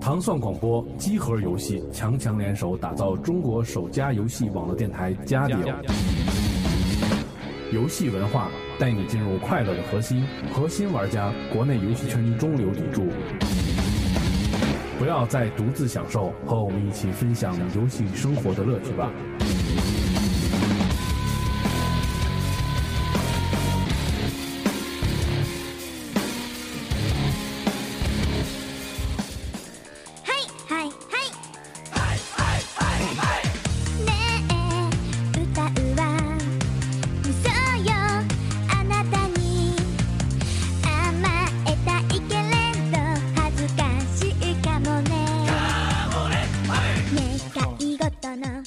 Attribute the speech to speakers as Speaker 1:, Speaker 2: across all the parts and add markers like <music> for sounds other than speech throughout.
Speaker 1: 糖蒜广播机核游戏强强联手打造中国首家游戏网络电台《加点游戏文化带你进入快乐的核心，核心玩家，国内游戏圈中流砥柱。不要再独自享受，和我们一起分享游戏生活的乐趣吧。
Speaker 2: はいはいはいねえ歌うわ嘘よあなたに甘えたいけれど恥ずかしいかもね願い事の呪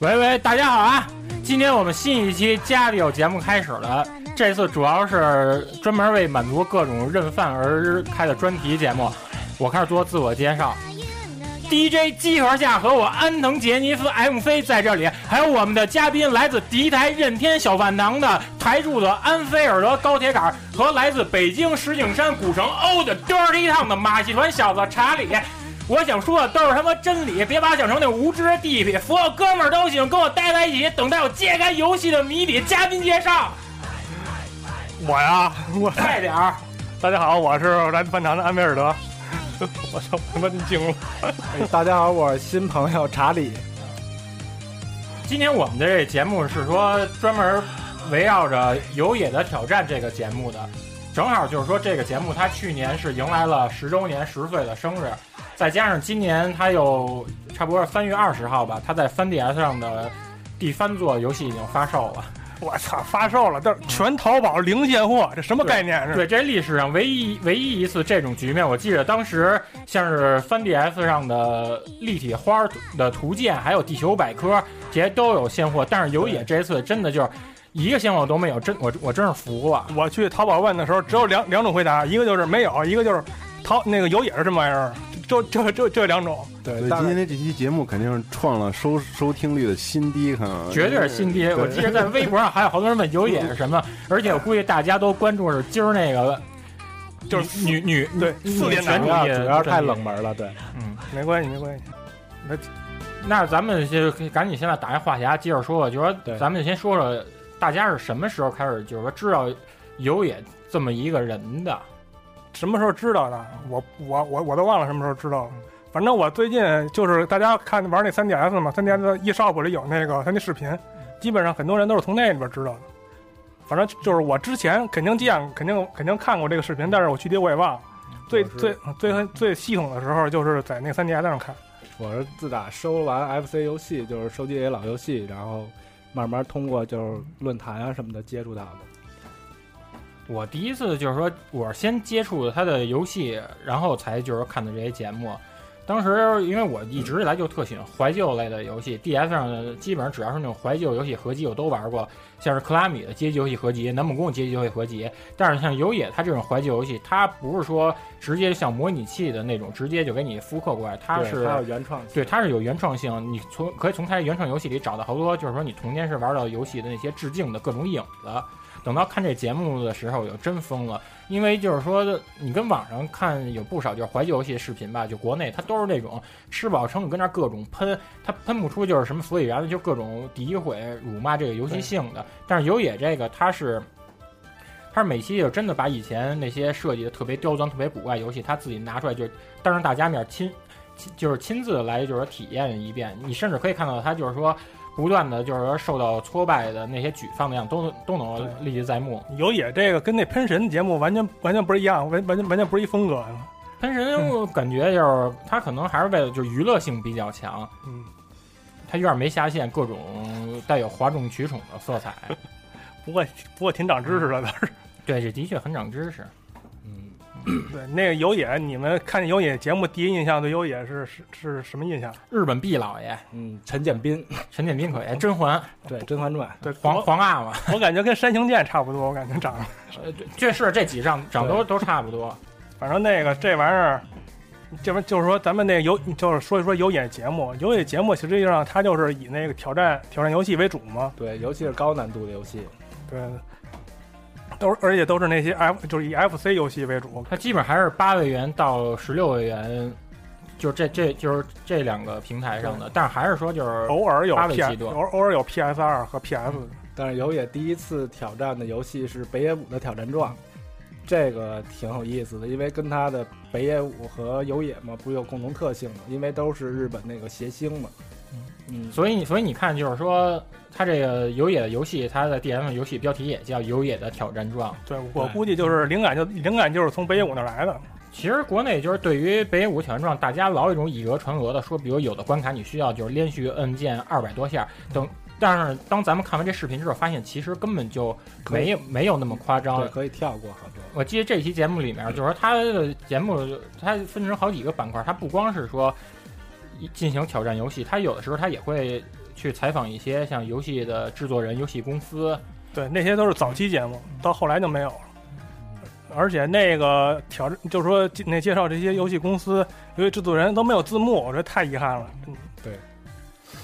Speaker 3: 喂喂，大家好啊！今天我们新一期《家里有节目》开始了，这次主要是专门为满足各种认饭而开的专题节目。我开始做自我介绍
Speaker 2: 文の
Speaker 3: ，DJ 机核下和我安藤杰尼斯 MC 在这里，还有我们的嘉宾来自敌台任天小饭堂的台柱子安菲尔德高铁杆儿和来自北京石景山古城欧的 Dirty Town 的马戏团小子查理。我想说的都是他妈真理，别把我想成那无知的地痞。所有哥们儿都行，跟我待在一起，等待我揭开游戏的谜底。嘉宾介绍，
Speaker 4: 我呀，我
Speaker 3: 快点儿！
Speaker 4: 大家好，我是来自饭堂的安菲尔德。我操，他妈惊了！
Speaker 5: <laughs> 大家好，我是新朋友查理。
Speaker 3: 今天我们的这节目是说专门围绕着《有野的挑战》这个节目的，正好就是说这个节目它去年是迎来了十周年十岁的生日，再加上今年它又差不多是三月二十号吧，它在 3DS 上的第三座游戏已经发售了。
Speaker 4: 我操，发售了，但是全淘宝零现货，这什么概念啊是？
Speaker 3: 对，这历史上唯一唯一一次这种局面，我记得当时像是 3DS 上的立体花儿的图鉴，还有地球百科，这些都有现货，但是有野这次真的就是一个现货都没有，真我我真是服了。
Speaker 4: 我去淘宝问的时候，只有两两种回答，一个就是没有，一个就是淘那个有也是这么玩意儿，这这这这两种。
Speaker 5: 对
Speaker 6: 对，
Speaker 5: 大
Speaker 6: 今
Speaker 5: 概
Speaker 6: 天这期节目肯定是创了收收听率的新低，啊可能
Speaker 3: 绝对是新低！
Speaker 6: 对
Speaker 3: 我记得在微博上还有好多人问有野是什么，而且我估计大家都关注是今儿那个，
Speaker 4: 就是
Speaker 3: 女女
Speaker 4: 对
Speaker 3: 女
Speaker 4: 四连
Speaker 3: 嗯全
Speaker 4: 男
Speaker 5: 主
Speaker 3: 主
Speaker 5: 要
Speaker 3: 义
Speaker 5: 主要太冷。门了，对，
Speaker 3: 嗯，
Speaker 4: 没关系，没关系。
Speaker 3: 那咱们就赶紧现在打开话匣，接着说吧。就说
Speaker 5: 对
Speaker 3: 咱们就先说说大家是什么时候开始，就是说知道有野这么一个人的。
Speaker 4: 什么时候知道的？我我我我都忘了什么时候知道了。反正我最近就是大家看玩那 3DS 嘛，3DS 的 eShop 里有那个他那视频，基本上很多人都是从那里边知道的。反正就是我之前肯定见，肯定肯定看过这个视频，但是我具体我也忘了。最
Speaker 5: 我是
Speaker 4: 最最最系统的时候，就是在那 3DS 上看。
Speaker 5: 我是自打收完 FC 游戏，就是收集这些老游戏，然后慢慢通过就是论坛啊什么的接触到的。
Speaker 3: 我第一次就是说，我是先接触他的游戏，然后才就是看的这些节目。当时因为我一直以来就特喜欢怀旧类的游戏，DS 上的基本上只要是那种怀旧游戏合集我都玩过，像是克拉米的街机游戏合集、南木宫街机游戏合集。但是像有野它这种怀旧游戏，它不是说直接像模拟器的那种直接就给你复刻过来，它
Speaker 5: 对
Speaker 3: 是
Speaker 5: 还有原创，
Speaker 3: 对，它是有原创性，你从可以从它的原创游戏里找到好多，就是说你童年时玩到游戏的那些致敬的各种影子。等到看这节目的时候，我就真疯了，因为就是说，你跟网上看有不少就是怀旧游戏的视频吧，就国内它都是那种吃饱撑着跟那儿各种喷，它喷不出就是什么所以然来，就各种诋毁、辱骂这个游戏性的。但是有野这个，它是它是每期就真的把以前那些设计的特别刁钻、特别古怪的游戏，它自己拿出来就当着大家面亲亲就是亲自来就是说体验一遍，你甚至可以看到他就是说不断的就是说受到挫败的那些沮丧的样子都都能历历在目。
Speaker 4: 有野这个跟那喷神节目完全完全不是一样，完完全完全不是一风格。
Speaker 3: 喷神我感觉就是他可能还是为了就是娱乐性比较强，
Speaker 4: 嗯，
Speaker 3: 他有点没下限，各种带有哗众取宠的色彩。
Speaker 4: 不过不过挺长知识的，
Speaker 3: 对，这的确很长知识。
Speaker 5: 嗯，
Speaker 4: 对，那个有野，你们看见有野节目第一印象对有野是是是什么印象？
Speaker 3: 日本毕老爷
Speaker 5: 嗯，陈建斌，
Speaker 3: 陈建斌可以，甄嬛
Speaker 5: 对《甄嬛传
Speaker 4: 对，
Speaker 3: 黄
Speaker 4: 我
Speaker 3: 黄阿玛，
Speaker 4: 我感觉跟山形剑差不多，我感觉长得。
Speaker 3: 呃，对这是这几张长得都都差不多。
Speaker 4: 反正那个这玩意儿，这不就是说咱们那个有就是说一说有野节目，有野节目实际上它就是以那个挑战挑战游戏为主嘛。》，
Speaker 5: 对，尤其是高难度的游戏，
Speaker 4: 对，都而且都是那些 F 就是以 FC 游戏为主，
Speaker 3: 它基本还是八位元到十六位元，就是这这就是这两个平台上的，但是还是说就是
Speaker 4: 偶尔有
Speaker 3: 八位
Speaker 4: P
Speaker 3: 季度
Speaker 4: 偶偶尔有 PS 二和 PS，
Speaker 5: 但是有野第一次挑战的游戏是北野武的挑战状，这个挺有意思的，因为跟他的北野武和有野嘛，不是有共同特性嘛，因为都是日本那个谐星嘛。嗯，
Speaker 3: 所以，所以你看，就是说，它这个有野的游戏，它的 DM 游戏标题也叫《有野的挑战状》。
Speaker 4: 对我估计就是灵感就灵感就是从北野武那儿来的，
Speaker 3: 其实国内就是对于北野武挑战状，大家老有一种以讹传讹的说，比如有的关卡你需要就是连续摁键二百多下等。但是当咱们看完这视频之后，发现其实根本就没有没有那么夸张
Speaker 5: 对，。可以跳过好多。
Speaker 3: 我记得这期节目里面，就是说他的节目它分成好几个板块，它不光是说进行挑战游戏，它有的时候它也会去采访一些像游戏的制作人、游戏公司，
Speaker 4: 对，那些都是早期节目，到后来就没有了。而且那个挑战，就是说那介绍这些游戏公司、游戏制作人都没有字幕，我觉得太遗憾了。嗯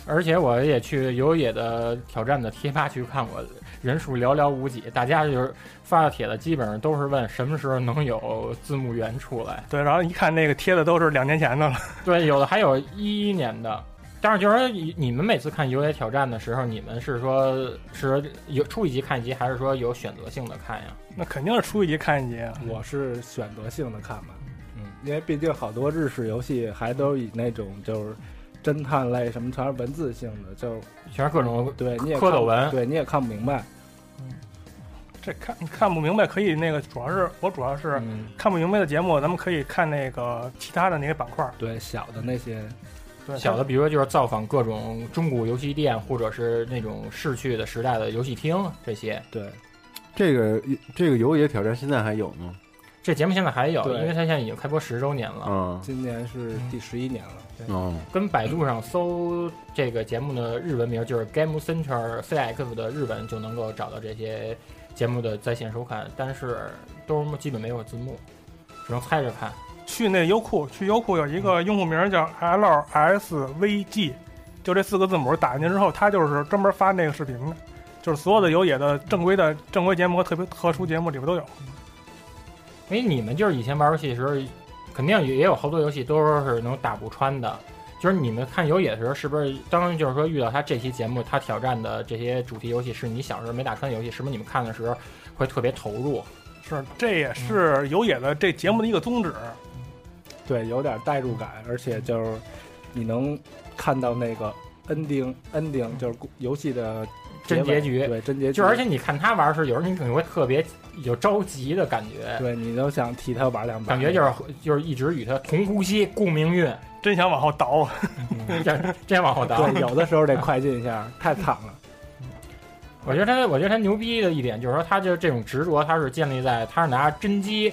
Speaker 3: 而且我也去有野的挑战的贴吧去看过，人数寥寥无几，大家就是发的帖子基本上都是问什么时候能有字幕源出
Speaker 5: <laughs>
Speaker 3: 来。
Speaker 4: 对，然后一看那个贴的都是两年前的了，
Speaker 3: 对，有的还有一一年的。但是就是说，你你们每次看有野挑战的时候，你们是说是有出一集看一集，还是说有选择性的看呀？
Speaker 4: 那肯定是出一集看一集啊。
Speaker 5: 我是选择性的看吧，
Speaker 3: 嗯，
Speaker 5: 因为毕竟好多日式游戏还都以那种就是侦探类什么全是文字性的，就是
Speaker 3: 全是各种
Speaker 5: 对你也
Speaker 3: 蝌蚪
Speaker 5: 看
Speaker 3: 文
Speaker 5: 对你也看不明白。
Speaker 4: 这看看不明白可以那个，主要是我主要是
Speaker 5: 嗯，
Speaker 4: 看不明白的节目，咱们可以看那个其他的那些板块。
Speaker 5: 对小的那些，
Speaker 4: 对，
Speaker 3: 小的，比如说就是造访各种中古游戏店，或者是那种逝去的时代的游戏厅这些。
Speaker 5: 对
Speaker 6: 这个这个游野挑战现在还有吗？
Speaker 3: 这节目现在还有，
Speaker 5: 对
Speaker 3: 因为它现在已经开播十周年了。
Speaker 6: 啊，
Speaker 5: 今年是
Speaker 3: 嗯
Speaker 5: 第十一年了。对
Speaker 6: 哦，
Speaker 3: 跟百度上搜这个节目的日文名，就是 Game Center CX 的日文，就能够找到这些节目的在线收看，但是都基本没有字幕，只能猜着看。
Speaker 4: 去那优酷，去优酷有一个用户名叫 LSVG，就这四个字母打进去之后，他就是专门发那个视频的，就是所有的有野的正规的正规节目和特别特殊节目里边都有。
Speaker 3: 因为你们就是以前玩游戏的时候，肯定也有好多游戏都是能打不穿的。就是你们看有野的时候，是不是当就是说遇到他这期节目，他挑战的这些主题游戏是你小时候没打穿的游戏，是不是你们看的时候会特别投入？
Speaker 4: 是，这也是有野的这节目的一个宗旨。
Speaker 5: 对，有点代入感，而且就是你能看到那个 ending ending，就是故游戏的
Speaker 3: 真
Speaker 5: 结
Speaker 3: 结
Speaker 5: 尾
Speaker 3: 局
Speaker 5: 对真结局，
Speaker 3: 就而且你看他玩的时候，有时候你可能会特别有着急的感觉。
Speaker 5: 对你都想替他玩两把，
Speaker 3: 感觉就是就是一直与他同呼吸共命运，
Speaker 4: 真想往后倒，啊
Speaker 3: 这这往后倒。
Speaker 5: 嗯对，有的时候得快进一下，太惨了。
Speaker 3: 我觉得他，我觉得他牛逼的一点就是说，他就这种执着，他是建立在他是拿真机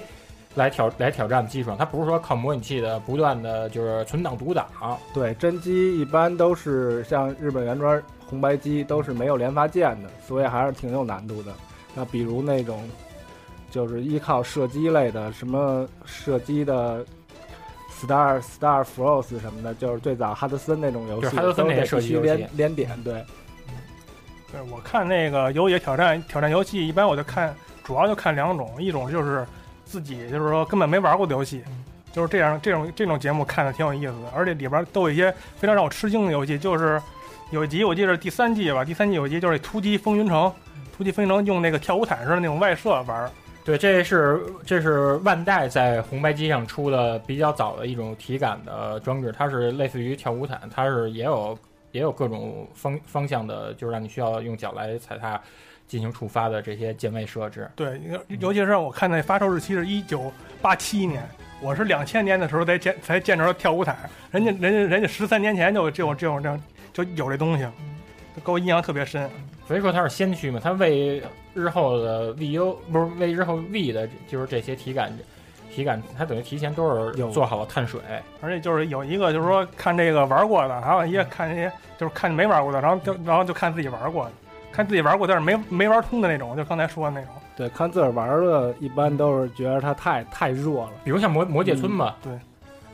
Speaker 3: 来挑来挑战的基础上，他不是说靠模拟器的不断的就是存档读档。
Speaker 5: 对，真机一般都是像日本原装红白机都是没有连发键的，所以还是挺有难度的。那比如那种就是依靠射击类的，什么射击的 Star Star Frost 什么的，就是最早哈德森那种游戏，
Speaker 3: 就是哈德森那些
Speaker 5: 都得
Speaker 3: 射击
Speaker 5: 必须
Speaker 3: 游戏
Speaker 5: 连连点，对
Speaker 4: 对我看那个有野挑战挑战游戏，一般我就看，主要就看两种，一种就是自己就是说根本没玩过的游戏，就是这样这种这种节目看的挺有意思的，而且里边都有一些非常让我吃惊的游戏，就是有一集我记得是第三季吧，第三季有一集就是突击风云城，突击风云城用那个跳舞毯似的那种外设玩，
Speaker 3: 对，这是这是万代在红白机上出的比较早的一种体感的装置，它是类似于跳舞毯，它是也有也有各种方方向的，就是让你需要用脚来踩踏进行触发的这些键位设置。
Speaker 4: 对，尤
Speaker 3: 嗯
Speaker 4: 尤其是我看那发售日期是一九八七年，我是两千年的时候才见才见着跳舞毯，
Speaker 3: 嗯
Speaker 4: 人家人家人家十三年前就有这种这种这种就有这东西，
Speaker 3: 嗯
Speaker 4: 给我印象特别深。
Speaker 3: 所以说它是先驱嘛，它为日后的 VU 不是为日后 V 的，就是这些体感体感，它等于提前都是
Speaker 5: 有
Speaker 3: 做好了碳水。
Speaker 4: 而且就是有一个就是说看这个玩过的，还有一
Speaker 3: 嗯
Speaker 4: 个看那些就是看没玩过的，然后就然后就看自己玩过的，看自己玩过但是没没玩通的那种，就刚才说的那种。
Speaker 5: 对，看自个儿玩的，一般都是觉得它太太弱了。
Speaker 3: 比如像魔魔界村吧，
Speaker 4: 嗯对，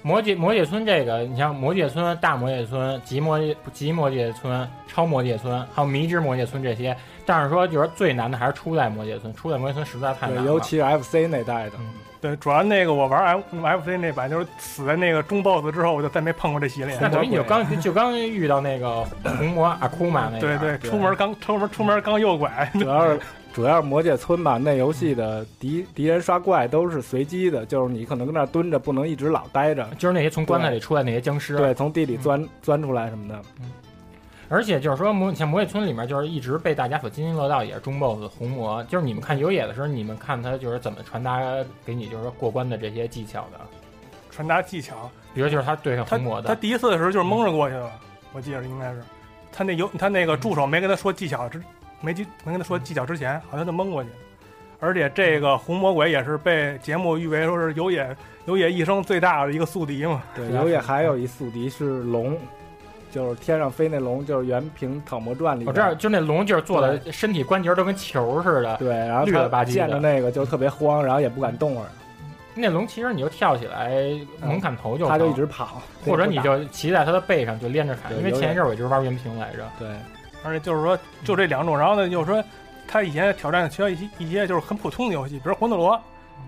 Speaker 3: 魔界魔界村这个，你像魔界村、大魔界村、极魔界极魔界村、超魔界村，还有迷之魔界村这些，但是说就是最难的还是初代魔界村，初代魔界村实在太难
Speaker 5: 对，
Speaker 3: 了。嗯
Speaker 5: 尤其是 FC 那代的，
Speaker 4: 对，主要那个我玩 F FC 那版，就是死在那个中 BOSS 之后，我就再没碰过这系列。
Speaker 3: 那等于你就刚就刚遇到那个红魔阿库玛那
Speaker 4: 对
Speaker 3: 个，
Speaker 4: 对，
Speaker 5: 对
Speaker 4: 出门刚出门出门刚右拐，
Speaker 5: <laughs> 主要是主要是魔界村吧，那游戏的
Speaker 3: <laughs>
Speaker 5: 敌敌人刷怪都是随机的，就是你可能跟那儿蹲着，不能一直老待着。
Speaker 3: 就是那些从棺材里出来那些僵尸。啊
Speaker 5: 对，从
Speaker 3: 嗯
Speaker 5: 地里钻钻出来什么的，
Speaker 3: 而且就是说魔像魔界村里面就是一直被大家所津津乐道，也是中 BOSS 红魔。就是你们看有野的时候，你们看他就是怎么传达给你就是说过关的这些技巧的，
Speaker 4: 传达技巧。
Speaker 3: 比如就是他对上
Speaker 4: 他
Speaker 3: 红魔的
Speaker 4: 他。第一次的时候就是蒙着过去了，我记得应该是他那有他那个助手没跟他说技巧之没记没跟他说技巧之前，好像就蒙过去了。而且这个红魔鬼也是被节目誉为说是有野有野一生最大的一个宿敌嘛。
Speaker 5: 对，
Speaker 3: 对啊
Speaker 5: 有也还有一宿敌是龙，就是天上飞那龙，就是原平《草魔传》里
Speaker 3: 我
Speaker 5: 边。
Speaker 3: 知道，就那龙就是做的身体关节都跟球似的。
Speaker 5: 对，然后
Speaker 3: 绿了吧
Speaker 5: 他
Speaker 3: 唧的
Speaker 5: 见着那个就特别慌，然后也不敢动
Speaker 3: <laughs>
Speaker 5: 会儿，
Speaker 3: 那龙其实你就跳起来猛砍头就
Speaker 5: 啊他
Speaker 3: 疼，
Speaker 5: 就一直跑，
Speaker 3: 或者你
Speaker 5: 也不
Speaker 3: 就骑在他的背上就连着砍，
Speaker 5: 对
Speaker 3: 因为
Speaker 5: 有点
Speaker 3: 前一阵我一直玩原屏来着。
Speaker 5: 打对
Speaker 4: 而且就是说就这两种，然后呢就是说他以前挑战需要一些一些就是很普通的游戏，比如魂斗罗，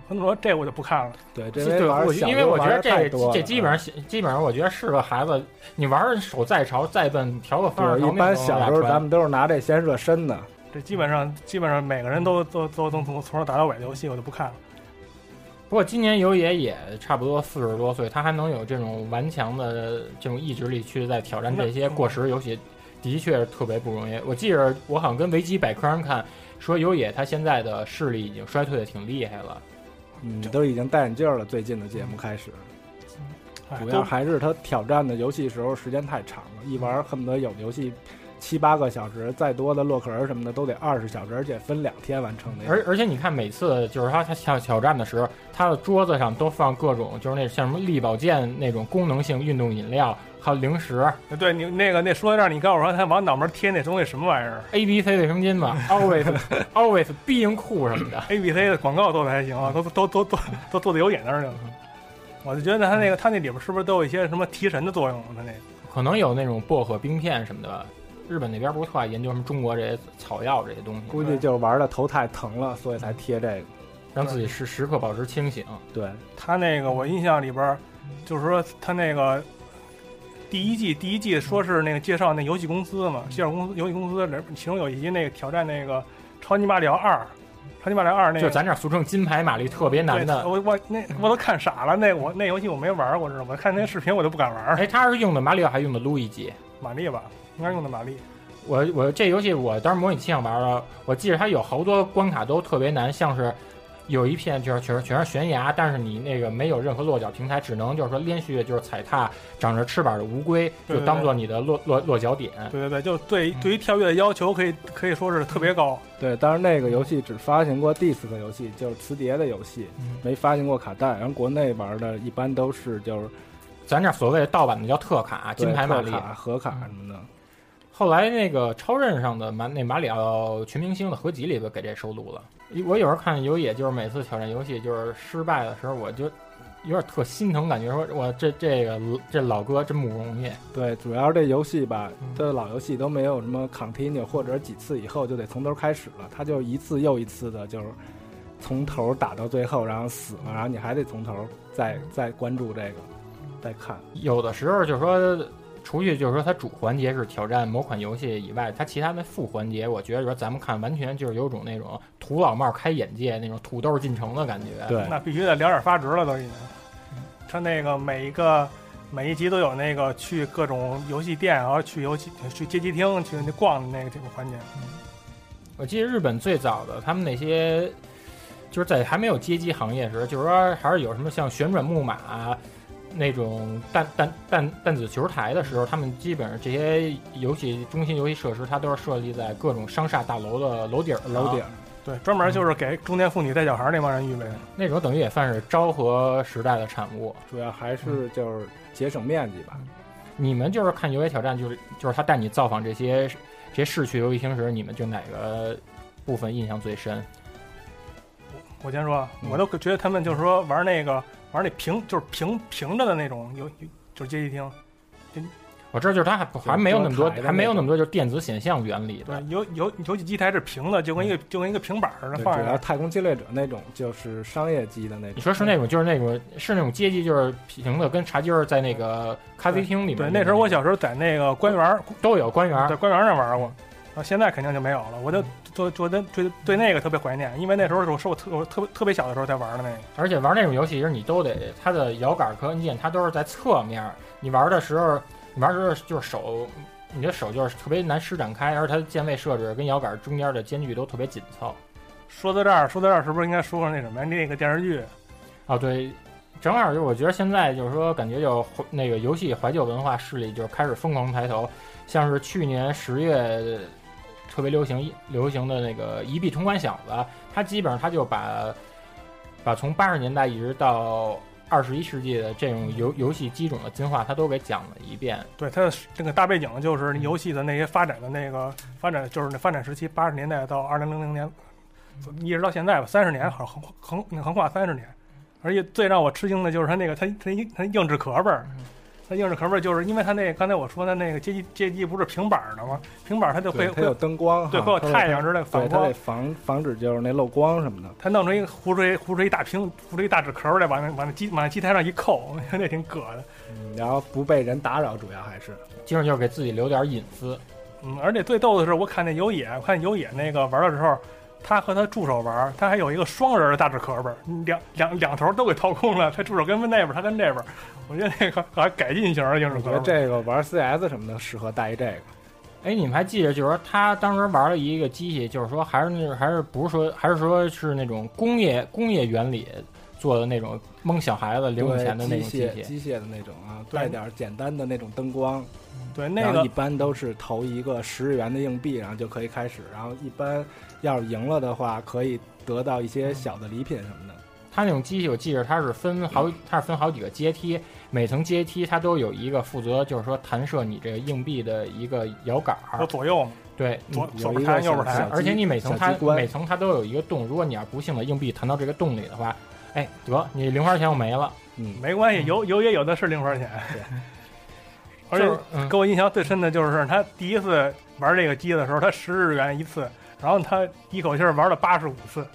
Speaker 4: 魂斗罗这我就不看了。
Speaker 5: 对，这
Speaker 3: 对，
Speaker 5: 为玩
Speaker 3: 我
Speaker 5: 儿
Speaker 3: 觉
Speaker 5: 小
Speaker 3: 得因为我觉得
Speaker 5: 时候玩儿
Speaker 3: 这
Speaker 5: 太多了啊
Speaker 3: 这基本上基本上，我觉得是个孩子，你玩儿手再潮再笨，调个方
Speaker 5: 对
Speaker 3: 向，
Speaker 5: 一般小时候咱
Speaker 3: 们
Speaker 5: 们都是拿这先热身的，
Speaker 4: 这基本上基本上每个人都都都能从从头打到尾的游戏我就不看了。
Speaker 3: 不过今年有野也差不多四十多岁，他还能有这种顽强的这种意志力去在挑战这些过时游戏，的确是特别不容易。我记着我好像跟维基百科上看说有野他现在的视力已经衰退的挺厉害了。
Speaker 5: 嗯，都已经戴眼镜了。最近的节目开始，
Speaker 4: 哎
Speaker 5: 主
Speaker 4: 都
Speaker 5: 要还是他挑战的游戏时候时间太长了，一玩儿恨不得有的游戏七八个小时，再多的洛克人什么的都得二十小时，而且分两天完成的。
Speaker 3: 而而且你看，每次就是他他挑挑战的时候，他的桌子上都放各种就是那像什么力保健那种功能性运动饮料，还有零食
Speaker 4: 对你那个那说到这儿，你告诉我说他往脑门贴那东西什么玩意儿
Speaker 3: A B C 卫生巾吧，Always Always 必应裤什么的。
Speaker 4: ？A B C 的广告做的还行啊，
Speaker 3: 嗯
Speaker 4: 都都都都都做的有眼那儿去了。我就觉得他那
Speaker 3: 嗯
Speaker 4: 个他那里边是不是都有一些什么提神的作用？啊他那个
Speaker 3: 可能有那种薄荷冰片什么的吧。日本那边不是特爱研究什么中国这些草药这些东西吗，
Speaker 5: 估计就是玩的头太疼了，所以才贴这个。
Speaker 3: 让自己时时刻保持清醒。
Speaker 5: 对，
Speaker 4: 他那个我印象里边儿，就是说他那个第一季第一季说是那个介绍那游戏公司嘛，介绍公司游戏公司里边，其中有一集那个挑战那个超级马里奥二，超级马里奥二那
Speaker 3: 就
Speaker 4: 个
Speaker 3: 咱这俗称金牌玛丽特别难
Speaker 4: 对
Speaker 3: 的，
Speaker 4: 我我那我都看傻了，那我那游戏我没玩儿过，知道吗？我看那视频我都不敢玩儿。
Speaker 3: 哎，他是用的马里奥还是用的路易吉？
Speaker 4: 玛丽吧，应该用的玛丽。
Speaker 3: 我我这游戏我当时模拟器上玩了，我记着它有好多关卡都特别难，像是有一片就是全是全是悬崖，但是你那个没有任何落脚平台，只能就是说连续就是踩踏长着翅膀的乌龟，
Speaker 4: 对
Speaker 3: 就当做你的落落落脚点。
Speaker 4: 对对对，就是对对于跳跃的要求可以可以说是特别高。
Speaker 5: 对，当然那个游戏只发行过 disc 游戏，就是磁碟的游戏，
Speaker 3: 嗯
Speaker 5: 没发行过卡带。然后国内玩的一般都是就是
Speaker 3: 咱这所谓的盗版的叫特卡，
Speaker 5: 对
Speaker 3: 金牌玛
Speaker 5: 特
Speaker 3: 丽。
Speaker 5: 卡、盒卡什么的。
Speaker 3: 后来那个超任上的马那马里奥全明星的合集里边给这收录了。我有时候看有野，就是每次挑战游戏就是失败的时候，我就有点特心疼，感觉说我这这个这老哥真不容易。
Speaker 5: 对，主要是这游戏吧，
Speaker 4: 嗯
Speaker 5: 这老游戏都没有什么 continue，或者几次以后就得从头开始了，它就一次又一次的，就是从头打到最后，然后死了，然后你还得从头
Speaker 4: 嗯
Speaker 5: 再再关注这个，再看。
Speaker 3: 有的时候就是说，除去就是说它主环节是挑战某款游戏以外，它其他的副环节，我觉得说咱们看完全就是有种那种土老帽开眼界那种土豆进城的感觉。
Speaker 5: 对，
Speaker 4: 那必须得两眼发直了都已经。他那个每一个每一集都有那个去各种游戏店，然后去游戏去街机厅去那逛的那个这个环节。
Speaker 3: 我记得日本最早的他们那些，就是在还没有街机行业时，就是说还是有什么像旋转木马、那种弹弹弹弹子球台的时候，他们基本上这些游戏中心、游戏设施，它都是设立在各种商厦大楼的楼顶儿上
Speaker 5: 楼顶儿，
Speaker 4: 对，专门就是给中年妇女带小孩儿那帮人预备的。
Speaker 3: 那种等于也算是昭和时代的产物。
Speaker 5: 主要还是就是节省面积
Speaker 4: 嗯
Speaker 5: 吧。
Speaker 3: 你们就是看《游戏挑战》，就是就是他带你造访这些这些市区游戏厅时，你们就哪个部分印象最深？
Speaker 4: 我先说，
Speaker 5: 嗯
Speaker 4: 我都觉得他们就是说玩那个。反正得平就是平平着的那种有有就是街机厅，
Speaker 3: 我知道，就是它还不还没有那么多
Speaker 5: 就是，
Speaker 3: 还没有那么多，就是电子显像原理
Speaker 4: 对
Speaker 3: 的，，
Speaker 4: 有有有几机台是平的，就跟一个就跟一个平板儿似的
Speaker 5: 对
Speaker 4: 放
Speaker 5: 主
Speaker 4: 在那
Speaker 5: 要
Speaker 4: 儿。
Speaker 5: 太空侵略者那种就是商业机的那种。
Speaker 3: 你说是那种，就是那种，是那种阶级，就是平的，跟茶几儿在那个咖啡厅里面。
Speaker 4: 对，那时候我小时候在那个官园儿，
Speaker 3: 都有官员
Speaker 4: 在，官园儿那玩过，然后现在肯定就没有了。我就就就对对对那个特别怀念，因为那时候是我是我特我特别特别小的时候才玩的那个。
Speaker 3: 而且玩那种游戏，就是你都得它的摇杆和按键，它都是在侧面儿。你玩的时候，你玩的时候就是手，你的手就是特别难施展开，而且它的键位设置跟摇杆中间的间距都特别紧凑。
Speaker 4: 说到这儿，说到这儿，是不是应该说说那什么那个电视剧？
Speaker 3: 哦，对，正好就是我觉得现在就是说，感觉就怀那个游戏怀旧文化势力就是开始疯狂抬头，像是去年十月特别流行流行的那个《一币通关小子》，它基本上它就把把从八十年代一直到二十一世纪的这种游游戏机种的进化，它都给讲了一遍。
Speaker 4: 对它的这个大背景就是游戏的那些发展的那个发展，就是那发展时期，八十年代到二零零零年，一直到现在吧，三十年好横横横横跨三十年。而且最让我吃惊的就是它那个它它硬它硬纸壳儿呗，
Speaker 5: 嗯
Speaker 4: 它硬纸壳儿呗，就是因为它那刚才我说的那个街机街机不是平板儿的吗？平板儿它就会
Speaker 5: 对，它有
Speaker 4: 会
Speaker 5: 灯光，
Speaker 4: 对
Speaker 5: 哈
Speaker 4: 会有
Speaker 5: 啊它
Speaker 4: 太阳之类的反
Speaker 5: 对，它
Speaker 4: 光
Speaker 5: 得，防防止就是那漏光什么的。
Speaker 4: 它弄成一个糊出一糊出一大平糊出一大纸壳儿来，往那往那机往那机台上一扣， <laughs> 那挺葛的。
Speaker 5: 嗯然后不被人打扰，主要还是
Speaker 3: 基本上就是给自己留点隐私，
Speaker 4: 嗯，而且最逗的是，我看那有野，我看有野那个玩的时候，他和他助手玩，他还有一个双人的大纸壳儿，嗯两两两头都给掏空了，他助手跟那边，他跟这边。我觉得那个还改进型的硬纸
Speaker 5: 我
Speaker 4: 壳
Speaker 5: 觉
Speaker 4: 儿
Speaker 5: 得这个玩 CS 什么的适合带一这个。
Speaker 3: 哎，你们还记得，就是说他当时玩了一个机器，就是说还是那还是不是说还是说是那种工业工业原理做的那种蒙小孩子零用钱的那
Speaker 5: 对
Speaker 3: 种
Speaker 5: 机
Speaker 3: 机
Speaker 5: 械
Speaker 3: 器，
Speaker 5: 机械的那种啊，
Speaker 4: 对
Speaker 5: 带点儿简单的那种灯光，
Speaker 4: 对
Speaker 5: 然
Speaker 4: 那
Speaker 5: 后
Speaker 4: 个
Speaker 5: 一般都是投一个十日元的硬币，然后就可以开始。然后一般要是赢了的话，可以得到一些小的礼品什么的。
Speaker 3: 他那种机器我记着它是分好它是分好几个阶梯，每层阶梯它都有一个负责就是说弹射你这个硬币的一个摇杆儿
Speaker 4: 有，左右，
Speaker 3: 对，你
Speaker 4: 左左
Speaker 5: 有
Speaker 4: 边
Speaker 5: 一
Speaker 4: 弹
Speaker 5: 个
Speaker 4: 右
Speaker 5: 小
Speaker 4: 边
Speaker 5: 小
Speaker 4: 弹
Speaker 5: 机，
Speaker 3: 而且你每层
Speaker 5: 小
Speaker 3: 它
Speaker 5: 机关
Speaker 3: 每层它都有一个洞，如果你要不幸的硬币弹到这个洞里的话，哎，得你零花钱又没了，
Speaker 5: 嗯，
Speaker 4: 没关系，有有也有的是零花钱。 <laughs> 而
Speaker 3: 就
Speaker 4: 且
Speaker 3: 是嗯
Speaker 4: 给我印象最深的就是他第一次玩这个机的时候，他十日元一次，然后他一口气儿玩了八十五次，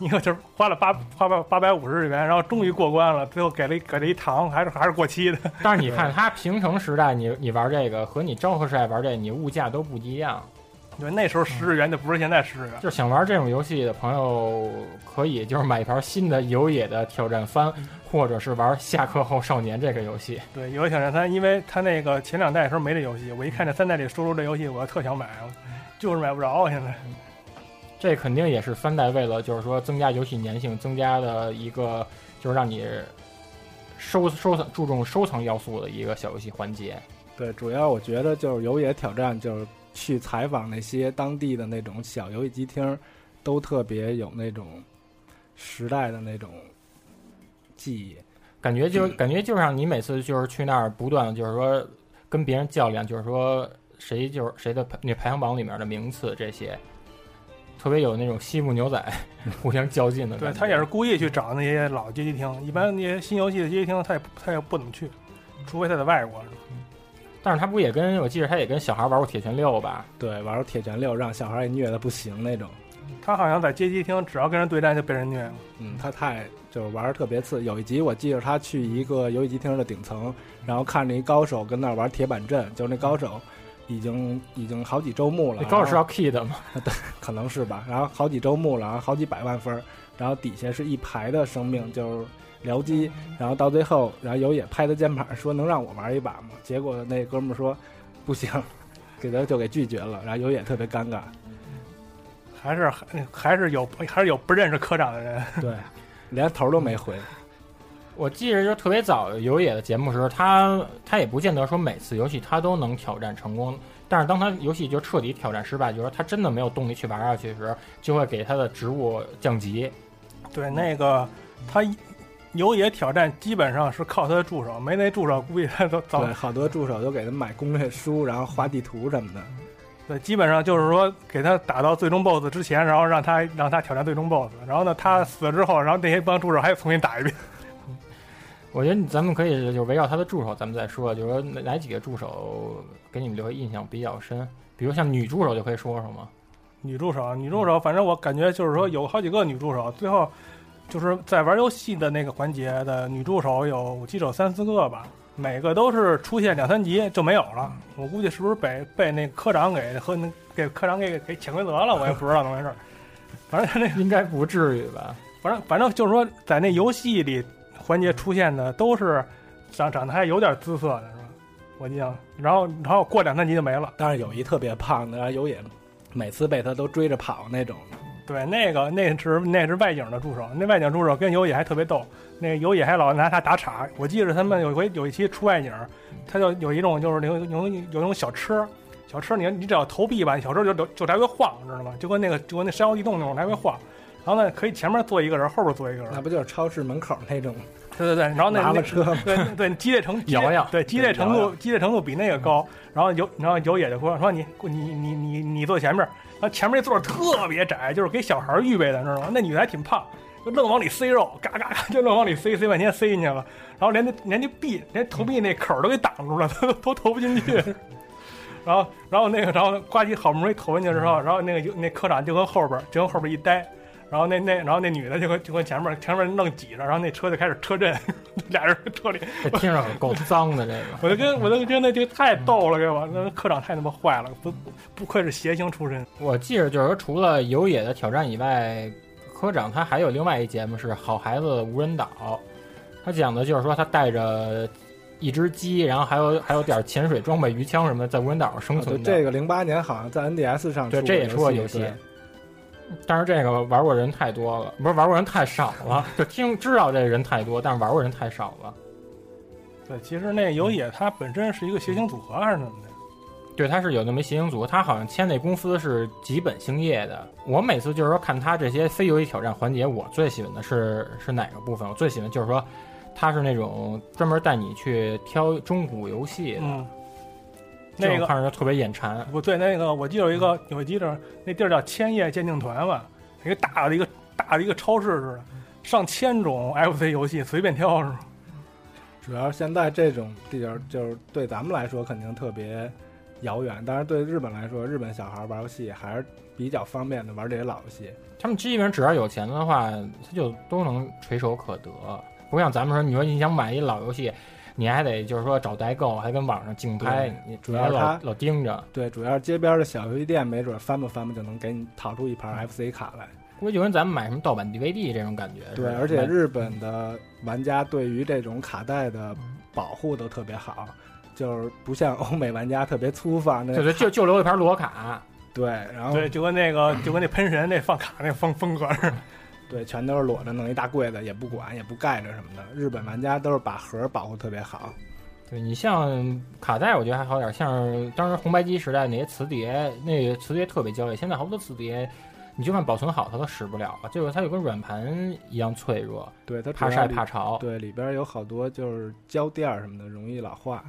Speaker 4: 一口气儿花了八花八八百五十日元，然后终于过关了，最后给了一给了一糖，还是还是过期的。 <laughs>
Speaker 3: <laughs> 但是你看，它平成时代你你玩这个和你昭和时代玩这个，你物价都不一样。
Speaker 4: 对，那时候十日元就不是现在十日元。
Speaker 3: 就是想玩这种游戏的朋友，可以就是买一盘新的有野的挑战三，或者是玩下课后少年这个游戏。
Speaker 4: 对，有挑战三，因为他那个前两代的时候没这游戏，我一看这三代里输入这游戏，我特想买，就是买不着现在。
Speaker 3: 这肯定也是三代为了就是说增加游戏粘性，增加的一个就是让你收收藏注重收藏要素的一个小游戏环节。
Speaker 5: 对，主要我觉得就是有野挑战，就是去采访那些当地的那种小游戏机厅，都特别有那种时代的那种记忆。
Speaker 3: 感觉
Speaker 4: 嗯
Speaker 3: 就感觉就让你每次就是去那儿不断地就是说跟别人较量，就是说谁就是谁的排那排行榜里面的名次这些，特别有那种西部牛仔 <laughs> 互相较劲的
Speaker 4: 对
Speaker 3: 感觉。
Speaker 4: 他也是故意去找那些老街机厅，一般那些新游戏的街机厅他也不他也不怎么去，除非他在外国。
Speaker 3: 但是他不也跟我记得他也跟小孩玩过铁拳六吧？
Speaker 5: 对，玩铁拳六让小孩儿也虐的不行那种。
Speaker 4: 他好像在街机厅，只要跟人对战就被人虐了。
Speaker 5: 嗯，他太就是玩儿特别次。有一集我记得他去一个游戏机厅的顶层，然后看着一高手跟那儿玩铁板阵，就是那高手已经已经好几周目
Speaker 4: 啊
Speaker 5: 了，
Speaker 3: 嗯那高手是
Speaker 5: 然
Speaker 3: 要
Speaker 5: 后
Speaker 3: key 的嘛？
Speaker 5: 可能是吧，然后好几周目了，然后好几百万分儿，然后底下是一排的生命，就是僚机，
Speaker 3: 嗯
Speaker 5: 然后到最后，然后有野拍他肩膀说能让我玩一把吗？结果那哥们儿说不行， <laughs> 给他就给拒绝了，然后有野特别尴尬，
Speaker 4: 还是还还是有还是有不认识科长的人， <laughs>
Speaker 5: 对，连头儿都没回。
Speaker 3: 嗯我记着就特别早有野的节目时候，他他也不见得说每次游戏他都能挑战成功，但是当他游戏就彻底挑战失败，就是他真的没有动力去玩下去时，就会给他的职务降级。
Speaker 4: 对那个他有野挑战基本上是靠他的助手，没那助手估计他都早
Speaker 5: 对，好多助手都给他买攻略书，然后画地图什么的。
Speaker 4: 对，基本上就是说给他打到最终 BOSS 之前，然后让他让他挑战最终 BOSS，然后呢他死了之后，然后那些帮助手还得重新打一遍。
Speaker 3: 我觉得你咱们可以就围绕他的助手，咱们再说，就是说哪哪几个助手给你们留下印象比较深？比如像女助手就可以说说吗？
Speaker 4: 女助手，女助手，反正我感觉就是说有好几个女助手，最后就是在玩游戏的那个环节的女助手有我记得有三四个吧，每个都是出现两三集就没有了。我估计是不是被被那科长给和那给科长给给潜规则了，我也不知道怎么回事儿。反正那
Speaker 3: 应该不至于吧？
Speaker 4: 反正反正就是说，在那游戏里环节出现的都是长长得还有点姿色的，是吧？我印象，然后然后过两三集就没了。
Speaker 5: 但是有一特别胖的，然后有也每次被他都追着跑那种。
Speaker 4: 对，那个那是那是外景的助手，那外景助手跟有野还特别逗，那个有野还老拿他打岔。我记着他们有一回有一期出外景，他就有一种就是有有有有一种小车，小车你你只要投币吧，小车就就就来回晃，知道吗？就跟那个就跟那山摇地动那种来回晃。然后呢，可以前面坐一个人，后边坐一个人
Speaker 5: 那。不就是超市门口那种
Speaker 4: 对对对，然后那
Speaker 5: 拿
Speaker 4: 那
Speaker 5: 了车吗？
Speaker 4: 对对，激烈程
Speaker 3: 摇呀
Speaker 4: 对激烈程
Speaker 5: 摇
Speaker 4: 度激烈程度比那个高。然后有然后有野就说说你你你你你坐前面，然后前面那座儿特别窄，就是给小孩儿预备的，你知道吗？那女的还挺胖，就愣往里塞肉，嘎嘎嘎就愣往里塞，塞半天塞进去了，然后连那连那币连投币那口儿都给挡住了， <laughs> 都都投不进去。然后，然后那个，然后呱唧好不容易投进去之后，然后那个有那科长就跟后边儿就跟后边儿一呆，然后那那然后那女的就跟就跟前面前面愣挤着，然后那车就开始车震， <laughs> 俩人车里
Speaker 3: 这听着够脏的这个。
Speaker 4: 我就跟我就真的这太逗了，给我那科长太他妈坏了，不不愧是谐星出身。
Speaker 3: 我记着就是说，除了有野的挑战以外，科长他还有另外一节目是《好孩子无人岛》，他讲的就是说他带着一只鸡，然后还有还有点潜水装备、鱼枪什么的，在无人岛上生
Speaker 5: 对，
Speaker 3: 存的。
Speaker 5: 这个零八年好像在 NDS 上
Speaker 3: 对，这也出
Speaker 5: 过
Speaker 3: 过游戏
Speaker 5: 对。
Speaker 3: 但是这个玩过人太多了，不是玩过人太少了，就听知道这人太多，但是玩过人太少了。
Speaker 4: 对，其实那有野他本身是一个谐星组合还是怎么的？
Speaker 3: 对，他是有那么一谐星组，他好像签那公司是吉本兴业的。我每次就是说看他这些非游戏挑战环节，我最喜欢的是是哪个部分？我最喜欢就是说，他是那种专门带你去挑中古游戏的，
Speaker 4: 嗯，
Speaker 3: 这种
Speaker 4: 那个
Speaker 3: 看着就特别眼馋。
Speaker 4: 不对，那个我记得有一个有记得那地儿叫千叶鉴定团吧，一个大的一个大的一个超市似的，上千种 FC 游戏随便挑是吧？
Speaker 5: 主要现在这种地儿就是对咱们来说肯定特别遥远，但是对日本来说，日本小孩玩游戏还是比较方便的，玩这些老游戏。
Speaker 3: 他们基本上只要有钱的话，他就都能垂手可得。不像咱们说，你说你想买一老游戏，你还得就是说找代购，还跟网上竞拍，你
Speaker 5: 主
Speaker 3: 你
Speaker 5: 要
Speaker 3: 还
Speaker 5: 是
Speaker 3: 老
Speaker 5: 他
Speaker 3: 老盯着。
Speaker 5: 对，主要是街边的小游戏店，没准翻吧翻吧就能给你淘出一盘 FC 卡来。
Speaker 3: 估计就跟咱们买什么盗版 DVD 这种感觉似的。
Speaker 5: 对，而且
Speaker 3: 买
Speaker 5: 日本的玩家对于这种卡带的保护都特别好，就是不像欧美玩家特别粗放那
Speaker 3: 对对，就就留一盘罗卡。
Speaker 5: 对，然后
Speaker 4: 对，就跟那个就跟那喷神那放卡那风风格似的。
Speaker 5: 对全都是裸着弄一大柜子，也不管也不盖着什么的。日本玩家都是把盒儿保护特别好。
Speaker 3: 对你像卡带，我觉得还好点儿，像当时红白机时代那些磁碟，那个磁碟特别娇贵，现在好多磁碟，你就算保存好，它都使不了了，就是它就跟软盘一样脆弱，
Speaker 5: 对，它主
Speaker 3: 怕
Speaker 5: 要
Speaker 3: 晒
Speaker 5: 里
Speaker 3: 怕潮。
Speaker 5: 对，里边有好多就是胶垫儿什么的，容易老化。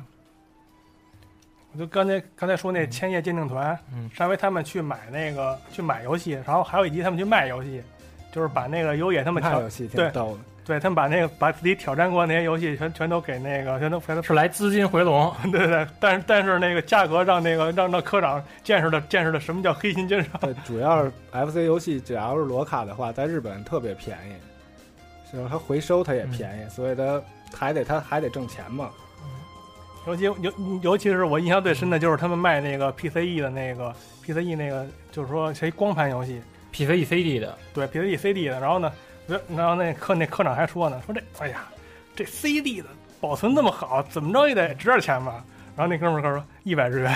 Speaker 4: 我就刚才刚才说那千叶鉴定团，
Speaker 3: 嗯
Speaker 4: 上回他们去买那个去买游戏，然后还有一集他们去卖游戏，就是把那个优野他们
Speaker 5: 看
Speaker 4: 挑
Speaker 5: 游，戏挺
Speaker 4: 对
Speaker 5: 逗的，
Speaker 3: <laughs>
Speaker 4: 对他们把那个把自己挑战过那些游戏全全都给那个全都全都
Speaker 3: 是来资金回笼，
Speaker 4: 对对对，但是但是那个价格让那个让让科长见识了见识了什么叫黑心奸商，
Speaker 5: 对，主要是 FC 游戏，只要是裸卡的话，在日本特别便宜，就是它回收它
Speaker 3: 嗯
Speaker 5: 也便宜，所以它还得它还得挣钱嘛。
Speaker 4: 尤其尤尤其是我印象最深的就是他们卖那个 PCE 的那个 PCE 那个就是说谁光盘游戏，
Speaker 3: PVE CD 的，
Speaker 4: 对 PCE CD 的，然后呢，然后那科那科长还说呢，说这哎呀，这 CD 的保存那么好，怎么着也得值点钱吧？然后那哥们儿说一百日元，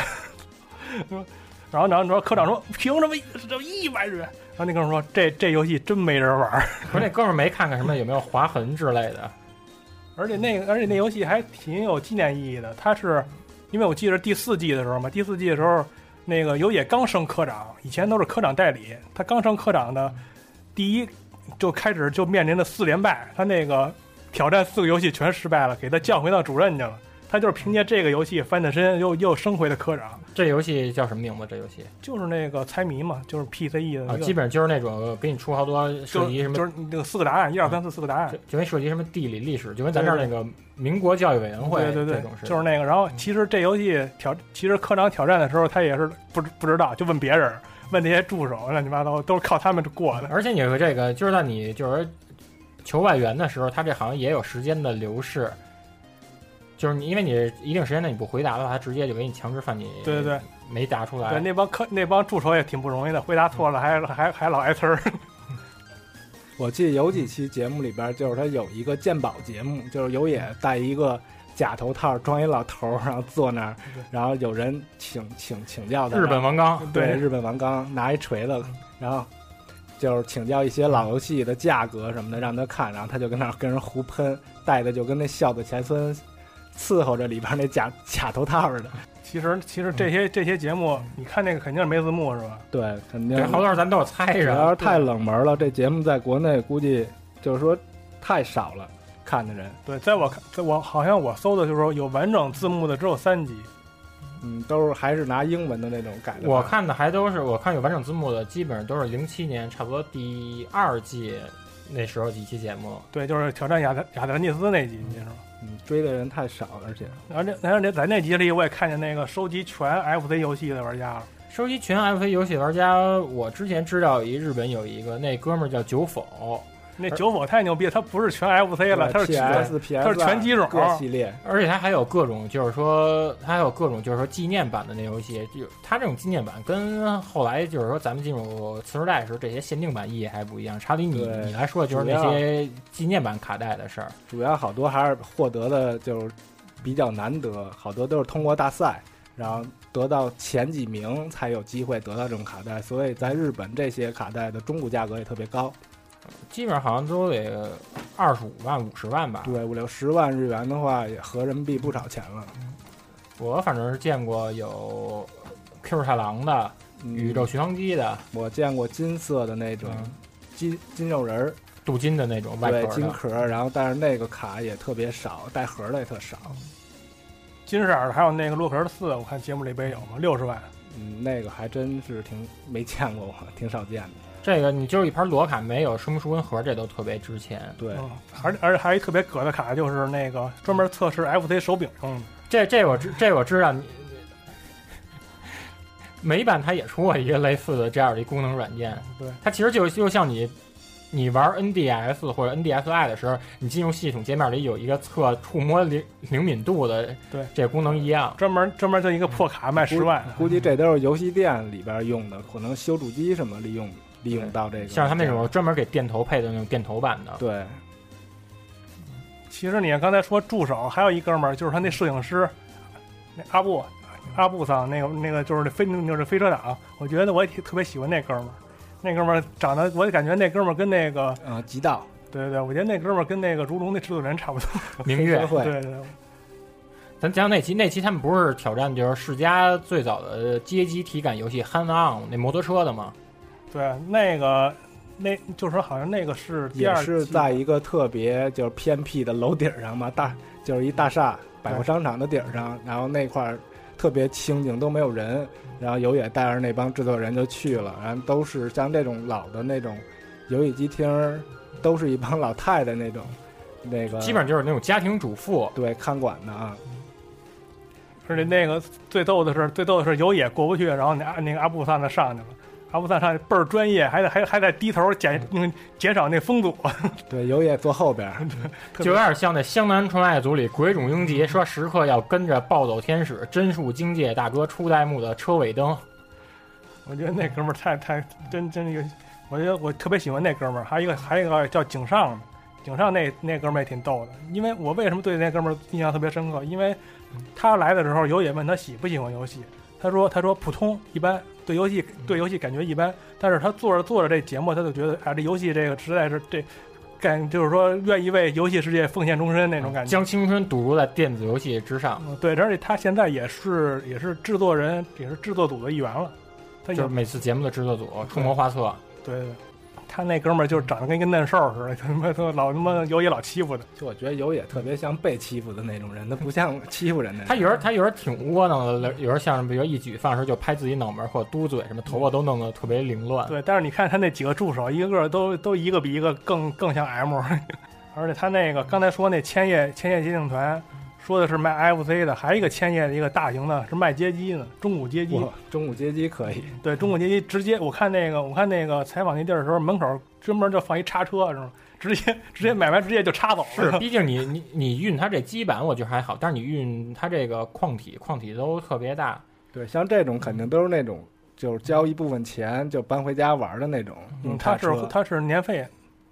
Speaker 4: <laughs> 说然后然后说科长说凭什么就一百日元？然后那哥们儿说这这游戏真没人玩儿，
Speaker 3: 不是那哥们儿没看看什么有没有划痕之类的，
Speaker 4: 而且那个而且那游戏还挺有纪念意义的，它是因为我记得第四季的时候嘛，第四季的时候那个有野刚升科长，以前都是科长代理，他刚升科长的第一就开始就面临着四连败，他那个挑战四个游戏全失败了，给他降回到主任去了。他就是凭借这个游戏翻的身，又又升回了科长，
Speaker 3: 这游戏叫什么名字？这游戏
Speaker 4: 就是那个猜谜嘛，就是 PCE 的
Speaker 3: 啊，
Speaker 4: 嗯那个
Speaker 3: 基本上就是那种给你出好多涉及什么，
Speaker 4: 就是那个四个答案，一二三四四个答案
Speaker 3: 就，就跟涉及什么地理历史，就跟咱这儿那个民国教育委员会
Speaker 4: 对对
Speaker 3: 这
Speaker 4: 对
Speaker 3: 种，嗯似
Speaker 4: 就
Speaker 3: 的。
Speaker 4: 是那个。然后其实这游戏挑，其实科长挑战的时候，他也是不知不知道，就问别人，问那些助手，乱七八糟都是靠他们过的。
Speaker 3: 而且你和这个，就是在你就是求外援的时候，它这好像也有时间的流逝，就是你因为你一定时间内你不回答的话，它直接就给你强制犯你
Speaker 4: 对对对，
Speaker 3: 没答出
Speaker 4: 对
Speaker 3: 来。
Speaker 4: 那帮科那帮助手也挺不容易的，回答错
Speaker 3: 嗯
Speaker 4: 了还还还老挨呲儿。
Speaker 5: 我记得有几期节目里边，就是他有一个鉴宝节目，就是有野戴一个假头套，装一老头儿，然后坐那儿
Speaker 4: 对，
Speaker 5: 然后有人请请请教他，
Speaker 3: 日本王刚，
Speaker 4: <laughs>
Speaker 5: 对
Speaker 4: 对
Speaker 5: 日本王刚拿一锤子，然后就是请教一些老游戏的价格什么的，让他看，然后他就跟那儿跟人胡喷，戴的就跟那孝子钱孙伺候着里边那假假头套似的。
Speaker 4: 其实其实
Speaker 3: 嗯
Speaker 4: 这些这些节目，你看那个肯定是没字幕是吧？
Speaker 5: 对，肯定
Speaker 3: 对，好多时候咱都有猜
Speaker 5: 只要
Speaker 3: 着啊
Speaker 5: 是。太冷门了，这节目在国内估计就是说太少了看的人，
Speaker 4: 对，在我看，在我好像我搜的就是说有完整字幕的只有三集，
Speaker 5: 嗯，都是还是拿英文的那种改的。
Speaker 3: 我看的还都是我看有完整字幕的，基本上都是零七年差不多第二季那时候几期节目。
Speaker 4: 对，就是挑战亚特亚特兰蒂斯那集，你知道吗？
Speaker 5: 嗯追的人太少，而且
Speaker 4: 然后这然后这在那集里我也看见那个收集全 FC 游戏的玩家了，
Speaker 3: 收集全 F a 游戏玩家，我之前知道一日本有一个那哥们儿叫久否，
Speaker 4: 那九否太牛逼了，他不是全 FC 了，他是
Speaker 5: PS、PS
Speaker 4: 它是全机种
Speaker 5: 啊各系列，
Speaker 3: 而且他还有各种就是说他还有各种就是说纪念版的那游戏，就他这种纪念版跟后来就是说咱们进入次时代的时候这些限定版意义还不一样。查理你
Speaker 5: 对
Speaker 3: 你来说就是那些纪念版卡带的事儿，
Speaker 5: 主要好多还是获得的就是比较难得，好多都是通过大赛，然后得到前几名才有机会得到这种卡带，所以在日本这些卡带的中古价格也特别高，
Speaker 3: 基本上好像都得二十五万五十万吧。
Speaker 5: 对，五六十万日元的话，也合人民币不少钱了。
Speaker 3: 我反正是见过有 Q 太郎的、
Speaker 5: 嗯
Speaker 3: 宇宙巡航机的、
Speaker 5: 我见过金色的那种
Speaker 3: 嗯
Speaker 5: 金金肉人儿，
Speaker 3: 镀金的那种外
Speaker 5: 对，
Speaker 3: 壳
Speaker 5: 金
Speaker 3: 的。
Speaker 5: 壳儿，然后但是那个卡也特别少，带盒儿的也特少，
Speaker 4: 金色儿的，还有那个洛克人四，我看节目里边有嘛，六十万。
Speaker 5: 嗯，那个还真是挺没见过我，挺少见的。
Speaker 3: 这个你就是一盘罗卡，没有生熟跟盒，这都特别值钱。
Speaker 5: 对，
Speaker 4: 嗯，而而且还有一特别葛的卡，就是那个专门测试 FC 手柄用的。
Speaker 3: 这这我知这我知道，你美版它也出过一个类似的这样的一功能软件，
Speaker 4: 对，
Speaker 3: 它其实就就像你你玩 NDS 或者 NDSI 的时候，你进入系统界面里有一个测触摸灵灵敏度的
Speaker 4: 对
Speaker 3: 这功能一样。
Speaker 4: 专门专门就一个破卡卖十万。
Speaker 5: 估计这都是游戏店里边用的，可能修主机什么利用利用到这个。
Speaker 3: 像他们那种专门给电头配的那种电头版的，
Speaker 5: 对，
Speaker 4: 其实你刚才说助手，还有一哥们儿就是他那摄影师，那阿布阿布桑，那个那个就是飞就是飞车党，我觉得我也挺特别喜欢那哥们儿。那哥们儿长得，我感觉那哥们儿跟那个，
Speaker 5: 呃，极道
Speaker 4: 对对对，我觉得那哥们儿跟那个如龙那制作人差不多。
Speaker 3: 明月
Speaker 5: 社。会
Speaker 4: 对对对，
Speaker 3: 咱讲那期那期他们不是挑战就是世嘉最早的街机体感游戏 Hand On 那摩托车的吗？
Speaker 4: 对那个那就是说好像那个是第
Speaker 5: 也
Speaker 4: 二
Speaker 5: 是
Speaker 4: 季
Speaker 5: 在一个特别就是偏僻的楼顶上嘛，大就是一大厦百货商场的顶上，然后那块儿特别清静，都没有
Speaker 3: 嗯
Speaker 5: 人。然后有野带着那帮制作人就去了，然后都是像这种老的那种游戏机厅儿，都是一帮老太太那种，那个
Speaker 3: 基本上就是那种家庭主妇，
Speaker 5: 对看管的啊，
Speaker 4: 而且那个最逗的是，最逗的是有野过不去，然后那阿那个阿布萨呢上去了，阿布萨上去倍儿专业，还得还还得低头减嗯减少那风阻，
Speaker 5: 对有野坐后边儿， <laughs>
Speaker 4: 特别
Speaker 3: 就有点像那《湘南纯爱组》里鬼冢英杰说时刻要跟着暴走天使真树经介大哥初代目的车尾灯。
Speaker 4: 我觉得那哥们儿太太真真有，我觉得我特别喜欢那哥们儿，还有一个还有一个呃叫井上的，井上那那哥们儿也挺逗的，因为我为什么对那哥们儿印象特别深刻，因为他来的时候有也问他喜不喜欢游戏，他说他说普通一般，对游戏对游戏感觉一般，但是他做着做着这节目，他就觉得啊这游戏这个实在是这。感就是说，愿意为游戏世界奉献终身那种感觉。
Speaker 3: 将青春赌注在电子游戏之上，
Speaker 4: 嗯对，而且他现在也是也是制作人，也是制作组的一员了。他已
Speaker 3: 就是
Speaker 4: 经
Speaker 3: 每次节目的制作组出谋划策。
Speaker 4: 对对对他那哥们儿就是长得跟一个嫩兽似的，他他妈他老他妈有也老欺负他。
Speaker 5: 就我觉得有也特别像被欺负的那种人，他不像欺负人的人。
Speaker 3: 他有时候他有时候挺窝囊的，有时候像比如一举饭时候就拍自己脑门或者嘟嘴什么，头发都弄得特别凌乱。
Speaker 4: 对，但是你看他那几个助手，一个个都都一个比一个更更像 M，而且他那个刚才说那千叶千叶接警团，说的是卖 FC 的，还有一个千叶的一个大型的是卖街机的，中古街机
Speaker 5: 哇。，中午接机可以，
Speaker 4: 对，中古街机直接我看那个我看那个采访那地儿的时候，门口专门就放一叉车，是吗？直接直接买完直接就插走 <laughs>
Speaker 3: 是，
Speaker 4: 了。
Speaker 3: 毕竟你你你运它这基板，我觉得还好，但是你运它这个矿体，矿体都特别大，
Speaker 5: 对，像这种肯定都是那种就是交一部分钱就搬回家玩的那种。
Speaker 4: 嗯，
Speaker 5: 用
Speaker 4: 他
Speaker 5: 叉
Speaker 4: 是
Speaker 5: 车
Speaker 4: 他是年费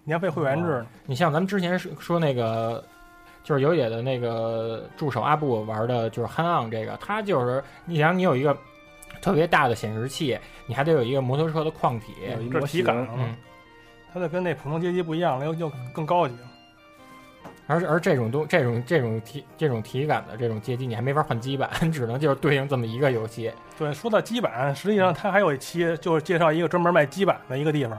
Speaker 4: 年费会员制的。
Speaker 3: 你像咱们之前说说那个，就是有野的那个助手阿布玩的，就是憨昂这个，他就是你想你有一个特别大的显示器，你还得有一个摩托车的矿体，
Speaker 5: 有一
Speaker 4: 这
Speaker 5: 模
Speaker 4: 体
Speaker 5: 型，
Speaker 4: 感啊了
Speaker 3: 嗯，
Speaker 4: 它就跟那普通街机不一样了，又又更高级了。
Speaker 3: 而而这种东这种这种体这种体感的这种街机，你还没法换机板， <laughs> 只能就是对应这么一个游戏。
Speaker 4: 对，说到基板，实际上它还有一期就是介绍一个专门卖基板的一个地方，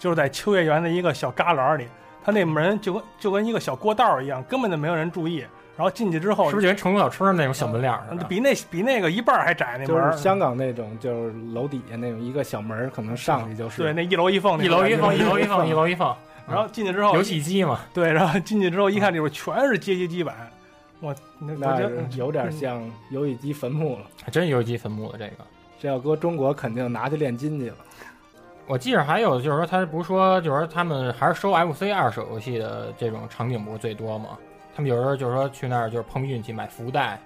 Speaker 4: 就是在秋叶原的一个小旮旯里，它那门就跟就跟一个小过道一样，根本就没有人注意。然后进去之后，嗯
Speaker 3: 是不是就跟成都小吃那种小门脸儿似的？
Speaker 4: 哦比那比那个一半儿还窄那门
Speaker 5: 就
Speaker 4: 儿？啊
Speaker 5: 是香港那种，就是楼底下那种一个小门儿，可能上去就是。
Speaker 4: 对，那一楼一缝那
Speaker 3: 一
Speaker 4: 个
Speaker 3: 楼
Speaker 4: 感
Speaker 3: 一
Speaker 4: 觉，哦
Speaker 3: 放，一楼一放，一楼一放，
Speaker 4: <laughs> 然后进去之后
Speaker 3: 游，戏机嘛，
Speaker 4: 对，然后进去之后一看，里边全是街机基板，我那我
Speaker 5: 那
Speaker 4: 觉得嗯
Speaker 5: 有点像游戏机坟墓了。
Speaker 3: 还真游戏机坟墓的这个。
Speaker 5: 这要搁中国，肯定拿去炼金去了。
Speaker 3: 我记着还有就是说，他不是说就是说他们还是收 FC 二手游戏的这种场景不是最多吗？他们有时候就是说去那儿就是碰运气买福袋，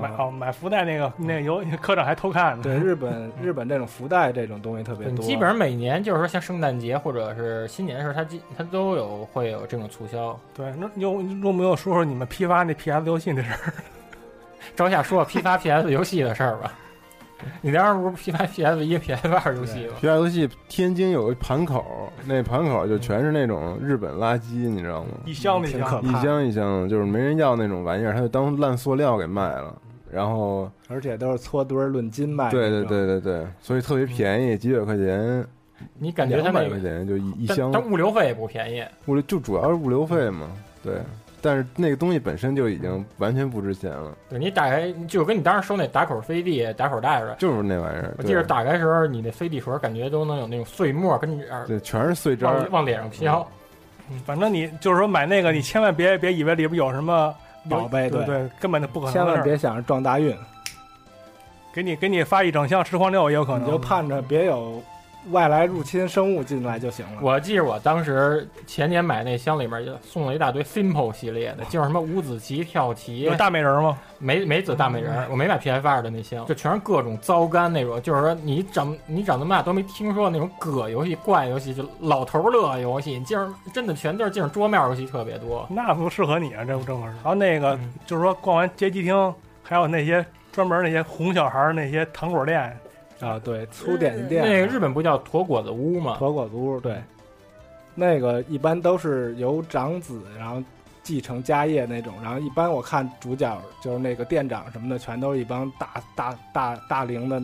Speaker 4: 买
Speaker 5: 啊
Speaker 4: 哦买福袋那个那个游科长还偷看呢。
Speaker 5: 对日本，日本这种福袋这种东西特别多，
Speaker 3: 基本上每年就是说像圣诞节或者是新年的时候，他基他都有会有这种促销。
Speaker 4: 对，那用用不用说说你们批发那 PS 游戏那事儿？
Speaker 3: 朝下说批发 PS 游戏的事儿吧，你当时不是批发 PS 一、PS 二游戏吗？
Speaker 6: 皮卡游戏天津有个盘口，那盘口就全是那种日本垃圾，你知道吗？
Speaker 4: 一箱子一
Speaker 5: 嗯挺
Speaker 4: 箱
Speaker 5: 可
Speaker 4: 子，
Speaker 6: 一
Speaker 5: 怕，
Speaker 6: 箱一箱的，就是没人要那种玩意儿，他就当烂塑料给卖了。然后，
Speaker 5: 而且都是搓堆儿论斤卖。
Speaker 6: 对对，对对对，所以特别便宜，几百块钱，
Speaker 3: 你感觉
Speaker 6: 两
Speaker 3: 他那
Speaker 6: 百
Speaker 3: 个
Speaker 6: 块，钱就一一
Speaker 3: 但
Speaker 6: 箱，
Speaker 3: 但物流费也不便宜。
Speaker 6: 物流就主要是物流费嘛。对，但是那个东西本身就已经完全不值钱了，
Speaker 3: 对你打开就跟你当时收那打口 CD、打口袋似的，
Speaker 6: 就是那玩意儿。
Speaker 3: 我记得
Speaker 6: 对
Speaker 3: 打开时候，你那 CD 盒感觉都能有那种碎末跟你耳
Speaker 6: 对，全是碎渣儿
Speaker 3: 往，往脸上飘。
Speaker 4: 反正你就是说买那个，你千万别别以为里边有什么有
Speaker 5: 宝贝
Speaker 4: 对
Speaker 5: 对
Speaker 4: 对，根本就不可能。
Speaker 5: 千万，别想着撞大运，
Speaker 4: 给你给你发一整箱十黄六也有可
Speaker 5: 你
Speaker 4: 能。
Speaker 5: 就盼着别有外来入侵生物进来就行了。
Speaker 3: 我记着我当时前年买那箱里面就送了一大堆 Simple 系列的，就是什么五子棋、跳棋
Speaker 5: 嗯
Speaker 4: 有、大美人吗？
Speaker 3: 梅梅子大美人儿，我没买 PS 二的那箱，就全是各种糟干那种，就是说你长你长这么大都没听说那种葛游戏、怪游戏，就老头乐游戏，竟然真的全都是这种桌面游戏特别多。嗯
Speaker 4: 那不适合你啊，这不正合适。然后那
Speaker 5: 嗯
Speaker 4: 个就是说逛完街机厅，还有那些专门那些哄小孩儿那些糖果店，
Speaker 5: 啊，对，粗点心
Speaker 3: 那个
Speaker 5: 店、啊
Speaker 3: 日本不叫驼果子屋吗？
Speaker 5: 妥果屋，对，那个一般都是由长子然后继承家业那种，然后一般我看主角就是那个店长什么的，全都是一帮大大大大龄的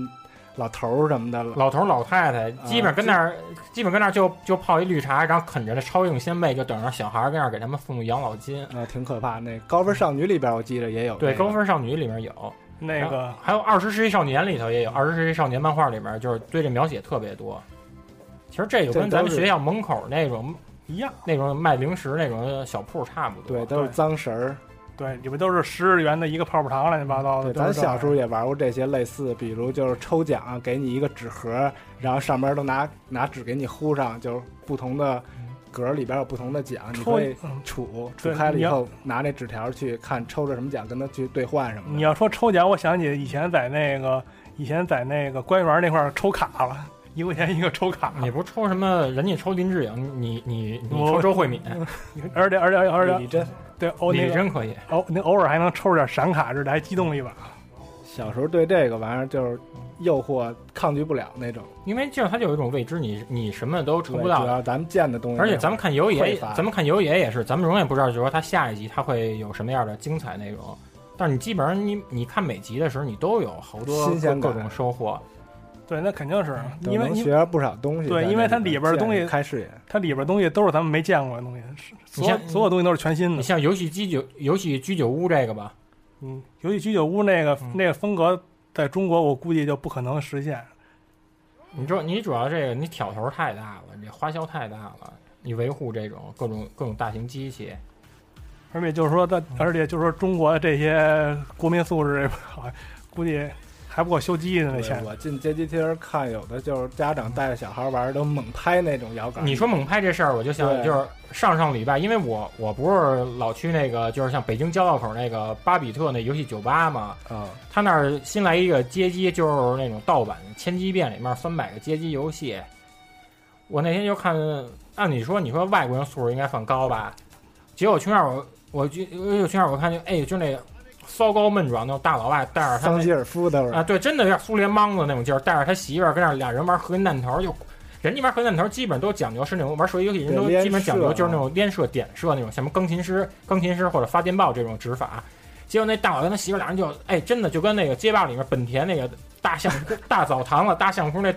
Speaker 5: 老头儿什么的了。
Speaker 3: 老头老太太基本跟那儿，基本跟那儿就就泡一绿茶，然后啃着那超硬鲜贝，就等着小孩儿跟那儿给他们送养老金。
Speaker 5: 啊，挺可怕。那高分少女里边，我记着也有、
Speaker 3: 对，
Speaker 5: 那
Speaker 3: 高
Speaker 5: 个
Speaker 3: 分少女里面有，
Speaker 4: 那个
Speaker 5: 啊
Speaker 3: 还有《二十世纪少年》里头也有，《二十世纪少年》漫画里面就是对这描写特别多。其实这就跟
Speaker 5: 这都
Speaker 3: 咱们
Speaker 5: 是
Speaker 3: 学校门口那种
Speaker 4: 一样。
Speaker 3: 那种卖零食那种小铺差不多。
Speaker 5: 对，都是
Speaker 4: 对
Speaker 5: 脏食儿。
Speaker 4: 对，里边都是十日元的一个泡泡糖，乱七八糟的。
Speaker 5: 对，
Speaker 4: 都是
Speaker 5: 咱
Speaker 4: 这玩
Speaker 5: 小
Speaker 4: 意儿
Speaker 5: 时候也玩过这些类似，比如就是抽奖啊给你一个纸盒，然后上面都拿拿纸给你糊上，就是不同的格儿里边有不同的奖，你
Speaker 4: 嗯抽
Speaker 5: 可以
Speaker 4: 嗯
Speaker 5: 杵
Speaker 4: 对
Speaker 5: 杵开了
Speaker 4: 你
Speaker 5: 以
Speaker 4: 要
Speaker 5: 后，拿那纸条去看抽着什么奖，跟他去兑换什么
Speaker 4: 你
Speaker 5: 的。
Speaker 4: 要说抽奖，我想起以前在那个以前在那个官员那块儿抽卡了，一块钱一个抽卡，
Speaker 3: 你不是抽什么？人家抽林志颖，你你你
Speaker 4: 我
Speaker 5: 哦
Speaker 3: 抽周
Speaker 5: <laughs>
Speaker 3: 慧敏，
Speaker 4: 而且而且而
Speaker 5: 李
Speaker 4: 且
Speaker 5: 真
Speaker 4: 对偶那
Speaker 3: 你
Speaker 4: 个
Speaker 3: 真可以。
Speaker 4: 偶那偶尔还能抽着点闪卡似的，还激动一把。
Speaker 5: 小时候对这个玩意儿就是诱惑抗拒不了那种，
Speaker 3: 因为这样它就有一种未知，你你什么都抽
Speaker 5: 对
Speaker 3: 不
Speaker 5: 主
Speaker 3: 到，
Speaker 5: 要咱们见的东西，
Speaker 3: 而且咱们看游
Speaker 5: 匮
Speaker 3: 野，
Speaker 5: 乏
Speaker 3: 咱们看游野也是，咱们永远不知道，就是说它下一集它会有什么样的精彩内容。但是你基本上你你看每集的时候，你都有好多
Speaker 5: 新鲜
Speaker 3: 各
Speaker 5: 感
Speaker 3: 各种收获。
Speaker 4: 对，那肯定是
Speaker 5: 嗯都
Speaker 4: 因为
Speaker 5: 能
Speaker 4: 因
Speaker 5: 学
Speaker 4: 为
Speaker 5: 着不少东西在
Speaker 4: 对
Speaker 5: 那里面见。
Speaker 4: 因为它里边的东西
Speaker 5: 开视野，
Speaker 4: 它里边东西都是咱们没见过的东西，是所有
Speaker 3: 你像
Speaker 4: 所有东西都是全新
Speaker 3: 你
Speaker 4: 的。
Speaker 3: 像游戏机酒游戏居酒屋这个吧，
Speaker 4: 嗯，尤其居酒屋那个
Speaker 3: 嗯
Speaker 4: 那个风格，在中国我估计就不可能实现。
Speaker 3: 你说你主要这个你挑头太大了，你这花销太大了，你维护这种各种各种大型机器，
Speaker 4: 而且就是说，它
Speaker 3: 嗯
Speaker 4: 而且就是说，中国这些国民素质，好估计还不够修机的那
Speaker 5: 对
Speaker 4: 钱。
Speaker 5: 我进街机厅看，有的就是家长带着小孩玩儿都猛拍那种摇杆。
Speaker 3: 你说猛拍这事儿，我就想
Speaker 5: 对
Speaker 3: 就是上上礼拜，因为我我不是老去那个就是像北京交道口那个巴比特那游戏酒吧嘛，
Speaker 5: 啊，
Speaker 3: 他那儿新来一个街机，就是那种盗版千机店里面三百个街机游戏。我那天就看，按理说你说外国人素质应该算高吧，结果去那儿我我就我去那儿我看见哎就那骚高闷壮那种大老外带着他
Speaker 5: 桑
Speaker 3: 那
Speaker 5: 吉尔夫都
Speaker 3: 啊，
Speaker 5: 是
Speaker 3: 对，真的有点苏联莽子那种劲儿，带着他媳妇儿跟那儿俩人玩核弹头，就人家玩核弹头基本都讲究是那种玩手机游戏人
Speaker 5: 对
Speaker 3: 都
Speaker 5: 连
Speaker 3: 基本讲究
Speaker 5: 射啊
Speaker 3: 就是那种连射、点射那种，什么钢琴师、钢琴师或者发电报这种指法。结果那大佬跟他媳妇儿俩人就哎，真的就跟那个街霸里面本田那个大象 <laughs> 大澡堂子、大象窟那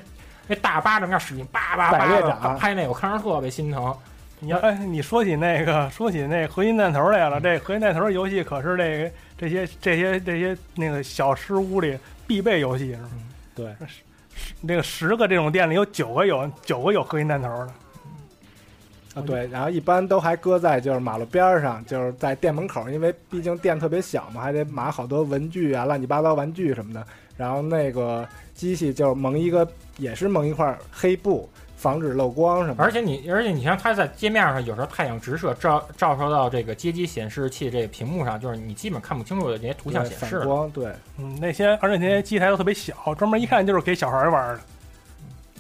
Speaker 3: 那大巴掌那使劲叭叭
Speaker 5: 百
Speaker 3: 叭
Speaker 5: 裂
Speaker 3: 的
Speaker 5: 掌
Speaker 3: 拍那个，我看着特别心疼。
Speaker 4: 你要哎，你说起那个，说起那核心弹头来
Speaker 3: 嗯
Speaker 4: 了，这核心弹头游戏可是这个这些这些这些那个小吃屋里必备游戏是吗？
Speaker 3: 嗯
Speaker 5: 对，
Speaker 4: 那个十个这种店里有九个有九个有核心弹头的，
Speaker 5: 啊对，然后一般都还搁在就是马路边儿上，就是在店门口，因为毕竟店特别小嘛，还得码好多文具啊、乱七八糟玩具什么的。然后那个机器就是蒙一个，也是蒙一块黑布，防止漏光什么的。
Speaker 3: 而且你，而且你像它在街面上，有时候太阳直射照照射到这个街机显示器这个屏幕上，就是你基本看不清楚的这些图
Speaker 5: 对
Speaker 3: 像显示
Speaker 5: 反。光，对，
Speaker 4: 嗯，那些而且那些机台都特别小，专门一看就是给小孩玩的。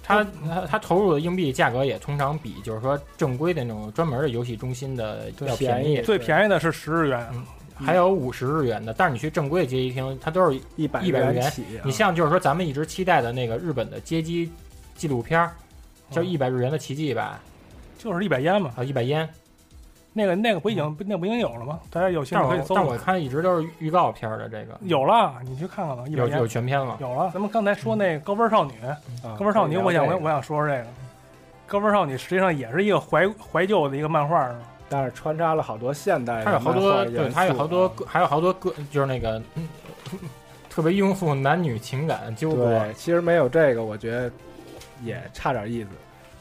Speaker 3: 它
Speaker 4: 嗯
Speaker 3: 它它投入的硬币价格也通常比就是说正规的那种专门的游戏中心的要便
Speaker 5: 便宜
Speaker 4: 最便宜的是十日
Speaker 3: 嗯
Speaker 4: 元，
Speaker 3: 还有五十日元的。但是你去正规的街机厅，它都是
Speaker 5: 一百
Speaker 3: 100元
Speaker 5: 元起啊。
Speaker 3: 你像就是说咱们一直期待的那个日本的街机纪录片儿，
Speaker 4: 嗯
Speaker 3: 叫《一百日元的奇迹》吧，
Speaker 4: 就是一百烟嘛。
Speaker 3: 啊，一百烟。
Speaker 4: 那个那个不已经那不已经有了吗？大家有兴
Speaker 3: 嗯但
Speaker 4: 趣可以
Speaker 3: 我
Speaker 4: 搜
Speaker 3: 但我看一直都是预告片儿的这个
Speaker 4: 有了，你去看看吧。一百
Speaker 3: 有
Speaker 4: 烟
Speaker 3: 有全嗯片了。
Speaker 4: 有了。咱们刚才说那高分少女，
Speaker 5: 啊
Speaker 4: 高分少女，我想
Speaker 5: 可以
Speaker 4: 我
Speaker 5: 聊这
Speaker 4: 我想说说这个。高分少女实际上也是一个怀怀旧的一个漫画，是吧
Speaker 5: 个但是穿插了好多现代的
Speaker 3: 它有好
Speaker 5: 漫
Speaker 3: 多，
Speaker 5: 画元
Speaker 3: 对，
Speaker 5: 素啊
Speaker 3: 它有好
Speaker 4: 啊
Speaker 3: 多个，还有好多个，就是那个、嗯、特别拥护男女情感纠葛
Speaker 5: 对，。其实没有这个，我觉得也差点意思。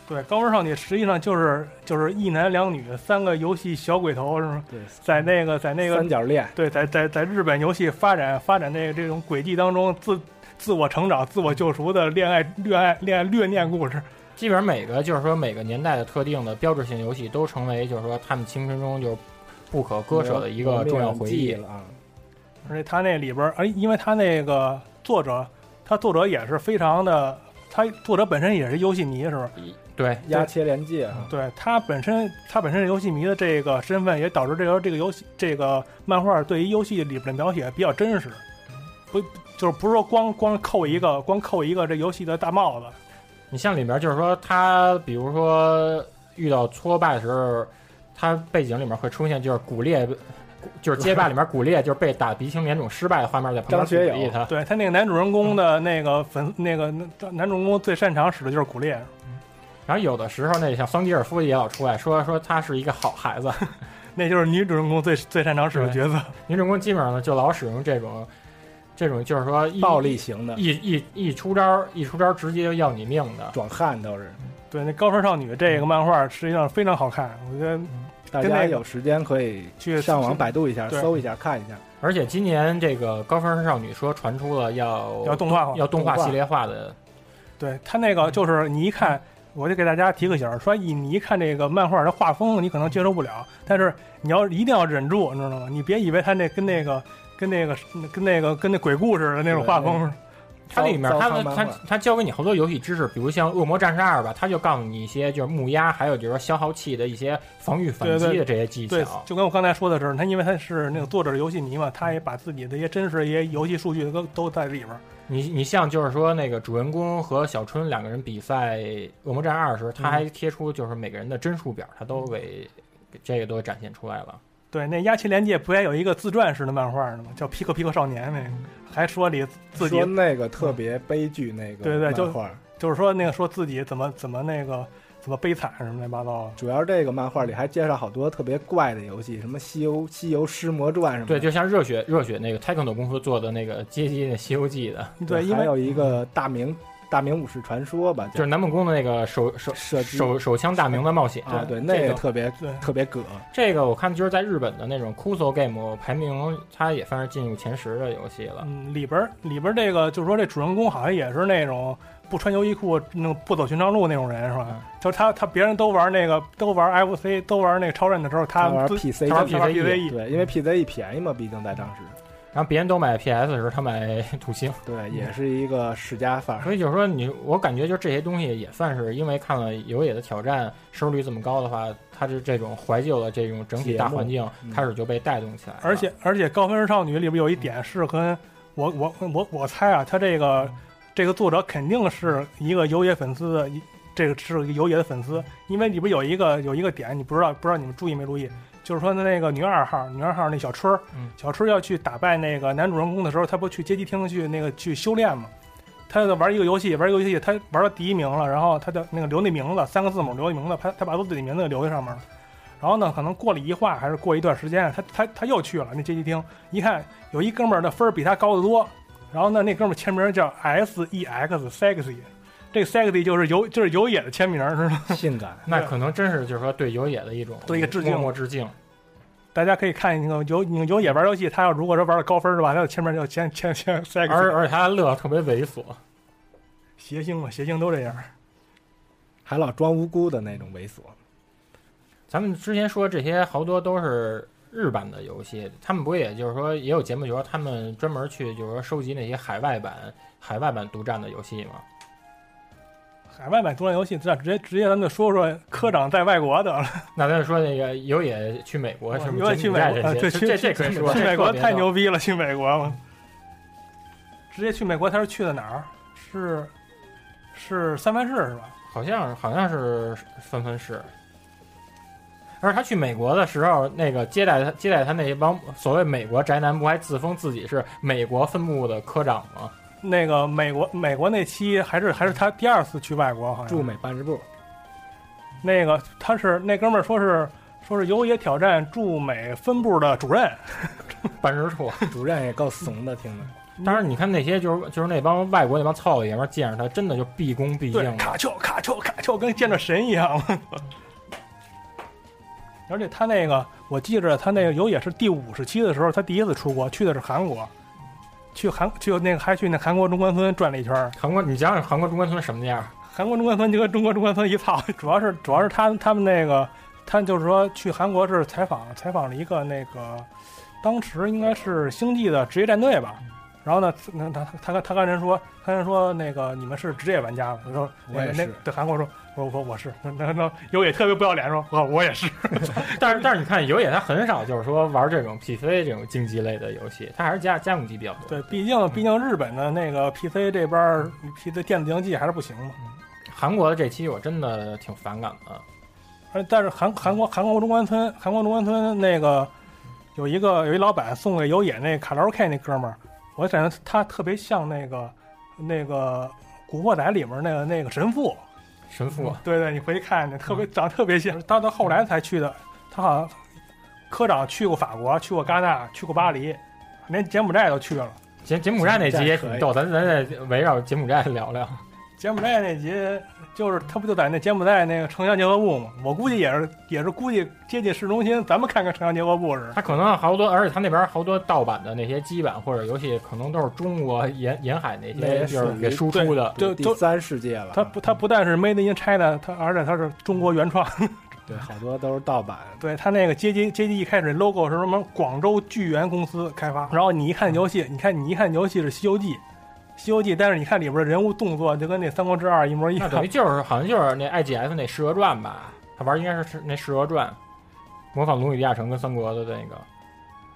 Speaker 4: 对，高分少女实际上就是就是一男两女三个游戏小鬼头，是吗？
Speaker 5: 对，
Speaker 4: 在那个在那个
Speaker 5: 三角恋，
Speaker 4: 对，在在在日本游戏发展发展这个这种轨迹当中，自自我成长、自我救赎的恋爱、恋爱、恋爱虐恋故事。
Speaker 3: 基本上每个就是说每个年代的特定的标志性游戏，都成为就是说他们青春中就不可割舍的一个重要回忆。
Speaker 5: 了啊。
Speaker 4: 而且他那里边儿，哎，因为他那个作者，他作者也是非常的，他作者本身也是游戏迷，是吧？
Speaker 3: 对，
Speaker 5: 压切连记啊，
Speaker 4: 对他本身，他本身是游戏迷的这个身份，也导致这个这个游戏这个漫画对于游戏里边的描写比较真实，不就是不是说光光扣一个光扣一个这游戏的大帽子，
Speaker 3: 你像里面就是说他，比如说遇到挫败的时候，他背景里面会出现就是骨裂，就是街霸里面骨裂，就是被打鼻青脸肿失败的画面在旁边
Speaker 5: 张学友
Speaker 3: 鼓励他。
Speaker 4: 对他那个男主人公的那个粉，那个男主人公最擅长使的就是骨裂，
Speaker 3: 然后有的时候那像桑吉尔夫也老出来说说他是一个好孩子， <laughs>
Speaker 4: 那就是女主人公最最擅长使的角色。
Speaker 3: 女主公基本上呢就老使用这种，这种就是说一
Speaker 5: 暴力型的，
Speaker 3: 一一一出招儿一出招儿直接要你命的。
Speaker 5: 壮汉都是。
Speaker 4: 对，那《高分少女》这个漫画实际上非常好看，我觉得
Speaker 5: 大
Speaker 4: 跟那
Speaker 5: 家
Speaker 4: 个
Speaker 5: 有时间可以
Speaker 4: 去
Speaker 5: 上网百度一下，
Speaker 4: 对
Speaker 5: 搜一下看一下。
Speaker 3: 而且今年这个《高分少女》说传出了要
Speaker 4: 要动画化。
Speaker 3: 要动
Speaker 5: 动画
Speaker 3: 系列化的，
Speaker 4: 对他那个就是你一看，我就给大家提个醒儿，说你你一看这个漫画的画风，你可能接受不了，但是你要一定要忍住，你知道吗？你别以为他那跟那个跟那个跟那个跟那鬼故事的那种画风似的。
Speaker 3: 它里面
Speaker 5: 糟
Speaker 3: 它
Speaker 5: 糟糠漫
Speaker 3: 它
Speaker 5: 画
Speaker 3: 它教给你好多游戏知识，比如像《恶魔战士二》吧，它就告诉你一些就是木压，还有就是说消耗器的一些防御反击
Speaker 4: 对
Speaker 3: 的这些技
Speaker 4: 对啊
Speaker 3: 巧，。
Speaker 4: 就跟我刚才说的是，他因为他是那个作者是游戏迷嘛，他也把自己的一些真实的一些游戏数据都都在里边儿。
Speaker 3: 你你像就是说那个主人公和小春两个人比赛《恶魔战士二》时，他还贴出就是每个人的帧数表，他都给给这个都展现出来了。
Speaker 4: 对，那鸭崎连介不也有一个自传式的漫画呢吗？叫《皮克皮克少年》那个，还嗯说里自己嗯
Speaker 5: 说那个特别悲剧那个
Speaker 4: 对对就
Speaker 5: 漫画，
Speaker 4: 就是说那个说自己怎么怎么那个怎么悲惨什么乱七八糟的。
Speaker 5: 主要是这个漫画里还介绍好多特别怪的游戏，什么《西游西游师魔传》什么
Speaker 3: 对，
Speaker 5: 的。
Speaker 3: 就像热血热血那个 Techno 公司做的那个街机那《西游记》的，
Speaker 4: 对，因
Speaker 5: 还
Speaker 4: 为
Speaker 5: 有一个大明大明武士传说吧，
Speaker 3: 就是南梦宫的那个手手
Speaker 5: 射击
Speaker 3: 手手枪大明的冒险。
Speaker 5: 啊，对，那
Speaker 3: 这
Speaker 5: 也
Speaker 3: 个
Speaker 5: 特别
Speaker 4: 对
Speaker 5: 特别葛。
Speaker 3: 这个我看就是在日本的那种 c o s o Game 排名，它也算是进入前十的游戏了。
Speaker 4: 嗯里边儿里边儿这个就是说这主人公好像也是那种不穿优衣库、那种不走寻常路那种人是吧
Speaker 3: 嗯？
Speaker 4: 就他他别人都玩那个都玩 FC 都玩那个超人的时候，他
Speaker 5: 他玩
Speaker 4: 自
Speaker 5: PC
Speaker 4: 他玩
Speaker 3: 他
Speaker 4: PVE，
Speaker 5: 对，因为 PZE 便宜嘛，毕竟在当时，
Speaker 3: 然后别人都买 PS 的时候，他买 <laughs> 土星，
Speaker 5: 对，
Speaker 4: 嗯
Speaker 5: 也是一个世家范儿。 <laughs>
Speaker 3: 所以就是说你，我感觉就这些东西也算是因为看了《有野的挑战》收视率这么高的话，它是这种怀旧的这种整体大环境
Speaker 5: 节目嗯
Speaker 3: 开始就被带动起来了。
Speaker 4: 而且而且《高分少女》里边有一点是跟我我我我猜啊，他这个这个作者肯定是一个游野粉丝的，一这个是个游野的粉丝，因为里边有一个有一个点，你不知道不知道你们注意没注意，就是说那个女二号女二号那小春儿
Speaker 3: 嗯，
Speaker 4: 小春儿要去打败那个男主人公的时候，他不去街机厅去那个去修炼吗？他就玩一个游戏，玩一个游戏，他玩到第一名了，然后他的那个留那名字，三个字母留那名字，他他把自己名字留在上面了。然后呢，可能过了一话还是过一段时间，他他他又去了那街机厅，一看有一哥们儿的分儿比他高得多，然后呢，那哥们儿签名叫 S E X sexy，这个 sexy 就是有就是有野的签名，知道吗？
Speaker 5: 性感，
Speaker 3: 那可能真是就是说对有野的一种
Speaker 4: 对一个致敬
Speaker 3: 默默致敬。
Speaker 4: 大家可以看那个有你有野玩游戏，他要如果说玩的高分儿的话，他的签名叫签签签 sexy，
Speaker 3: 而而且他乐得特别猥琐，
Speaker 4: 谐星嘛，谐星都这样。
Speaker 5: 还老装无辜的那种猥琐。
Speaker 3: 咱们之前说这些好多都是日版的游戏，他们不也就是说也有节目就说他们专门去就是说收集那些海外版海外版独占的游戏嘛？
Speaker 4: 海外版独占游戏，咱俩直接直接咱们就说说科长在外国得了，
Speaker 3: 那咱就说那个有野去美国什
Speaker 4: 哦因
Speaker 3: 么
Speaker 4: 为
Speaker 3: 柬
Speaker 4: 去
Speaker 3: 埔
Speaker 4: 美呃
Speaker 3: 寨
Speaker 4: 国，啊
Speaker 3: 这
Speaker 4: 对，
Speaker 3: 些，
Speaker 4: 去
Speaker 3: 这这可以说
Speaker 4: 去美
Speaker 3: 这
Speaker 4: 国
Speaker 3: 特别
Speaker 4: 太
Speaker 3: 逗
Speaker 4: 牛逼了，去美国了，直接去美国，他是去的哪儿？是是三藩市是吧？
Speaker 3: 好像好像是纷纷是。而他去美国的时候，那个接待他接待他那帮所谓美国宅男，不还自封自己是美国分部的科长吗？
Speaker 4: 那个美国美国那期还是还是他第二次去外国，好像
Speaker 5: 驻美办事
Speaker 4: <laughs>
Speaker 5: 部，
Speaker 4: 那个他是那哥们儿说是说是有野挑战驻美分部的主任，
Speaker 3: 办事处。
Speaker 5: 主任也够怂的，听着。
Speaker 3: 当然，你看那些就是就是那帮外国那帮操爷们儿，见着他真的就毕恭毕敬
Speaker 4: 对，
Speaker 3: 的。
Speaker 4: 卡丘卡丘卡丘跟见着神一样。 <laughs> 而且他那个，我记着他那个有也是第五十期的时候，他第一次出国，去的是韩国，去韩去那个还去那韩国中关村转了一圈儿。
Speaker 3: 韩国，你想想韩国中关村什么样儿？
Speaker 4: 韩国中关村就跟中国中关村一套， <laughs> 主要是主要是他他们那个，他就是说去韩国是采访采访了一个那个，当时应该是星际的职业战队吧。
Speaker 5: 嗯
Speaker 4: 然后呢，那他他他他跟人说，他跟人说那个你们是职业玩家吧？他说哎
Speaker 5: 我也
Speaker 4: 那
Speaker 5: 是
Speaker 4: 对韩国说，我我我是。那那那有也特别不要脸说，我我也是。
Speaker 3: 但是但是你看有野他很少就是说玩这种 PC 这种竞技类的游戏，他还是家家用机比较多。
Speaker 4: 对，毕竟毕竟日本的那个 PC 这边儿 PC 电子竞技还是不行嘛。
Speaker 3: 韩国的这期我真的挺反感的。
Speaker 4: 而但是韩韩国韩国中关村韩国中关村那个有一个有一老板送给有野那卡拉 OK 那哥们儿，我感觉他特别像那个那个《古惑仔》里面那个那个神父。
Speaker 3: 神父，啊
Speaker 4: 对对，你回去看看，特别长得特别像。到到后来才去的，他好像科长去过法国，去过戛纳，去过巴黎，连柬埔寨都去了。
Speaker 3: 柬柬埔寨那集也挺逗，咱咱再围绕柬埔寨聊聊。
Speaker 4: 柬埔寨那集就是他不就在那柬埔寨那个城乡结合部嘛？我估计也是也是估计接近市中心，咱们看看城乡结合部是。
Speaker 3: 他可能好多，而且他那边好多盗版的那些机版或者游戏，可能都是中国沿沿海那
Speaker 5: 那
Speaker 3: 些
Speaker 5: 也
Speaker 3: 就是
Speaker 5: 属于
Speaker 3: 给输出的。
Speaker 4: 就
Speaker 5: 第
Speaker 4: 就
Speaker 5: 三世界了，啊
Speaker 4: 它不，它不但是 Made in China，它而且它是中国原
Speaker 3: 嗯
Speaker 4: 创。
Speaker 5: 对，好多都是盗版。
Speaker 4: <laughs> 对，它那个街机街机一开始 logo 是什么？广州巨源公司开发。然后你一看游戏，你看你一看游戏是《西游记》，《西游记》，但是你看里边人物动作就跟那《三国志二》一模
Speaker 3: <laughs>
Speaker 4: 一
Speaker 3: 那等于
Speaker 4: 样。
Speaker 3: 就是好像就是那 IGF 那《使者传》吧，他玩应该是那《使者传》，模仿《龙与地下城》跟三国的那个。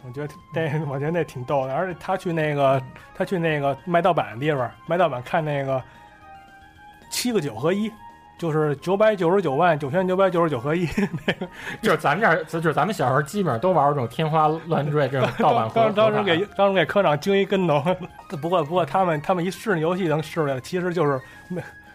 Speaker 4: 我觉得那我觉得那挺逗的。而且他去那个他去那个卖盗版的地方，卖盗版看那个七个九合一，就是九百九十九万九千九百九十九合一，
Speaker 3: 就是咱们这儿，就是咱们小时候基本上都玩这种天花乱坠这种盗版盒
Speaker 4: 当当时
Speaker 3: 盒
Speaker 4: 给当时给科长惊一跟头。 <laughs> 不过不过他们他们一试那游戏能试出来，其实就是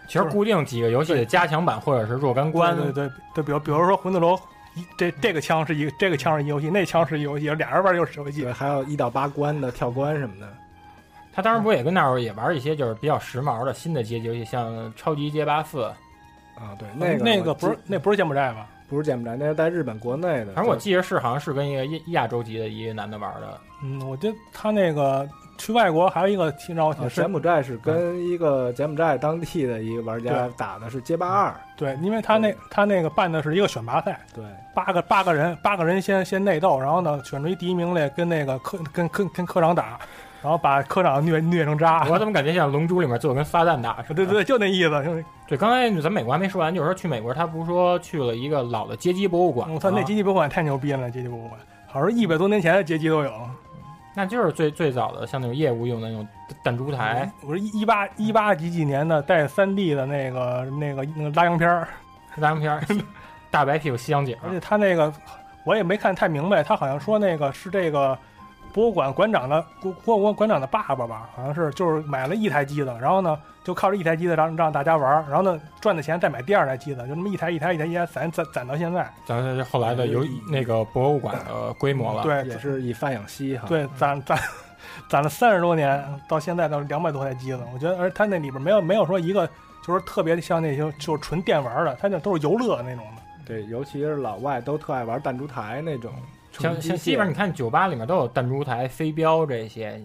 Speaker 3: 其实固定几个游戏的加强版或者是若干关，
Speaker 4: 对对对对，比如比如说魂斗罗。一这这个枪是一个，这个枪是一游戏，那枪是一游戏，俩人玩儿就是游戏
Speaker 5: 对，。还有一到八关的跳关什么的，
Speaker 3: 他当时不也跟那儿也玩一些就是比较时髦的新的街机游戏，像超级街霸四。
Speaker 5: 啊，对，那个
Speaker 4: 那
Speaker 5: 我
Speaker 4: 个不是
Speaker 5: 记
Speaker 4: 那不是柬埔寨吧？
Speaker 5: 不是柬埔寨，那是在日本国内的。
Speaker 3: 反正我记得是好像是跟一个亚亚洲籍的一个男的玩的，
Speaker 4: 嗯，我觉得他那个去外国还有一个挺让我
Speaker 5: 啊
Speaker 4: 挺深
Speaker 5: 柬埔寨是跟
Speaker 4: 嗯
Speaker 5: 一个柬埔寨当地的一个玩家打的是街霸二，
Speaker 4: 对，因为他那他那个办的是一个选拔赛，
Speaker 5: 对，
Speaker 4: 八个八个人八个人先先内斗，然后呢选出一第一名来跟那个科跟跟跟科长打，然后把科长虐虐成渣。
Speaker 3: 我怎么感觉像《龙珠》里面最后跟撒旦打似的？
Speaker 4: 啊 <laughs> 对对对，就那意思。就是
Speaker 3: 对，刚才咱们美国还没说完，就是说去美国，他不是说去了一个老的街机博物馆吗？啊
Speaker 4: 我操，嗯
Speaker 5: 啊
Speaker 4: 那街机博物馆太牛逼了，那街机博物馆，好像是一百多年前的街机都有。
Speaker 3: 那就是最最早的像那种业务用的那种弹珠
Speaker 5: 哎
Speaker 3: 台，
Speaker 4: 我是一八一八几几年的带三 D 的那个那个那个拉洋片
Speaker 5: 啊
Speaker 4: 儿，
Speaker 3: <laughs> 大洋片儿，大白屁股西洋景儿，
Speaker 4: 而且他那个我也没看太明白，他好像说那个是这个博物馆馆长的国国馆馆长的爸爸吧，好像是就是买了一台机子，然后呢就靠这一台机子让让大家玩儿，然后呢赚的钱再买第二台机子，就这么一台一台一台一台攒攒攒到现在，
Speaker 3: 咱这后来的有那个博物馆的规模了。，
Speaker 4: 哎对
Speaker 5: 也是以贩养吸哈。，
Speaker 4: 对攒攒。攒了三十多年，到现在到两百多台机子，我觉得，而他那里边没有没有说一个就是特别像那些就是纯电玩儿的，他那都是游乐那种的。
Speaker 5: 对，尤其是老外都特爱玩弹珠台那种，
Speaker 3: 像像基本上你看酒吧里面都有弹珠台、飞镖这些，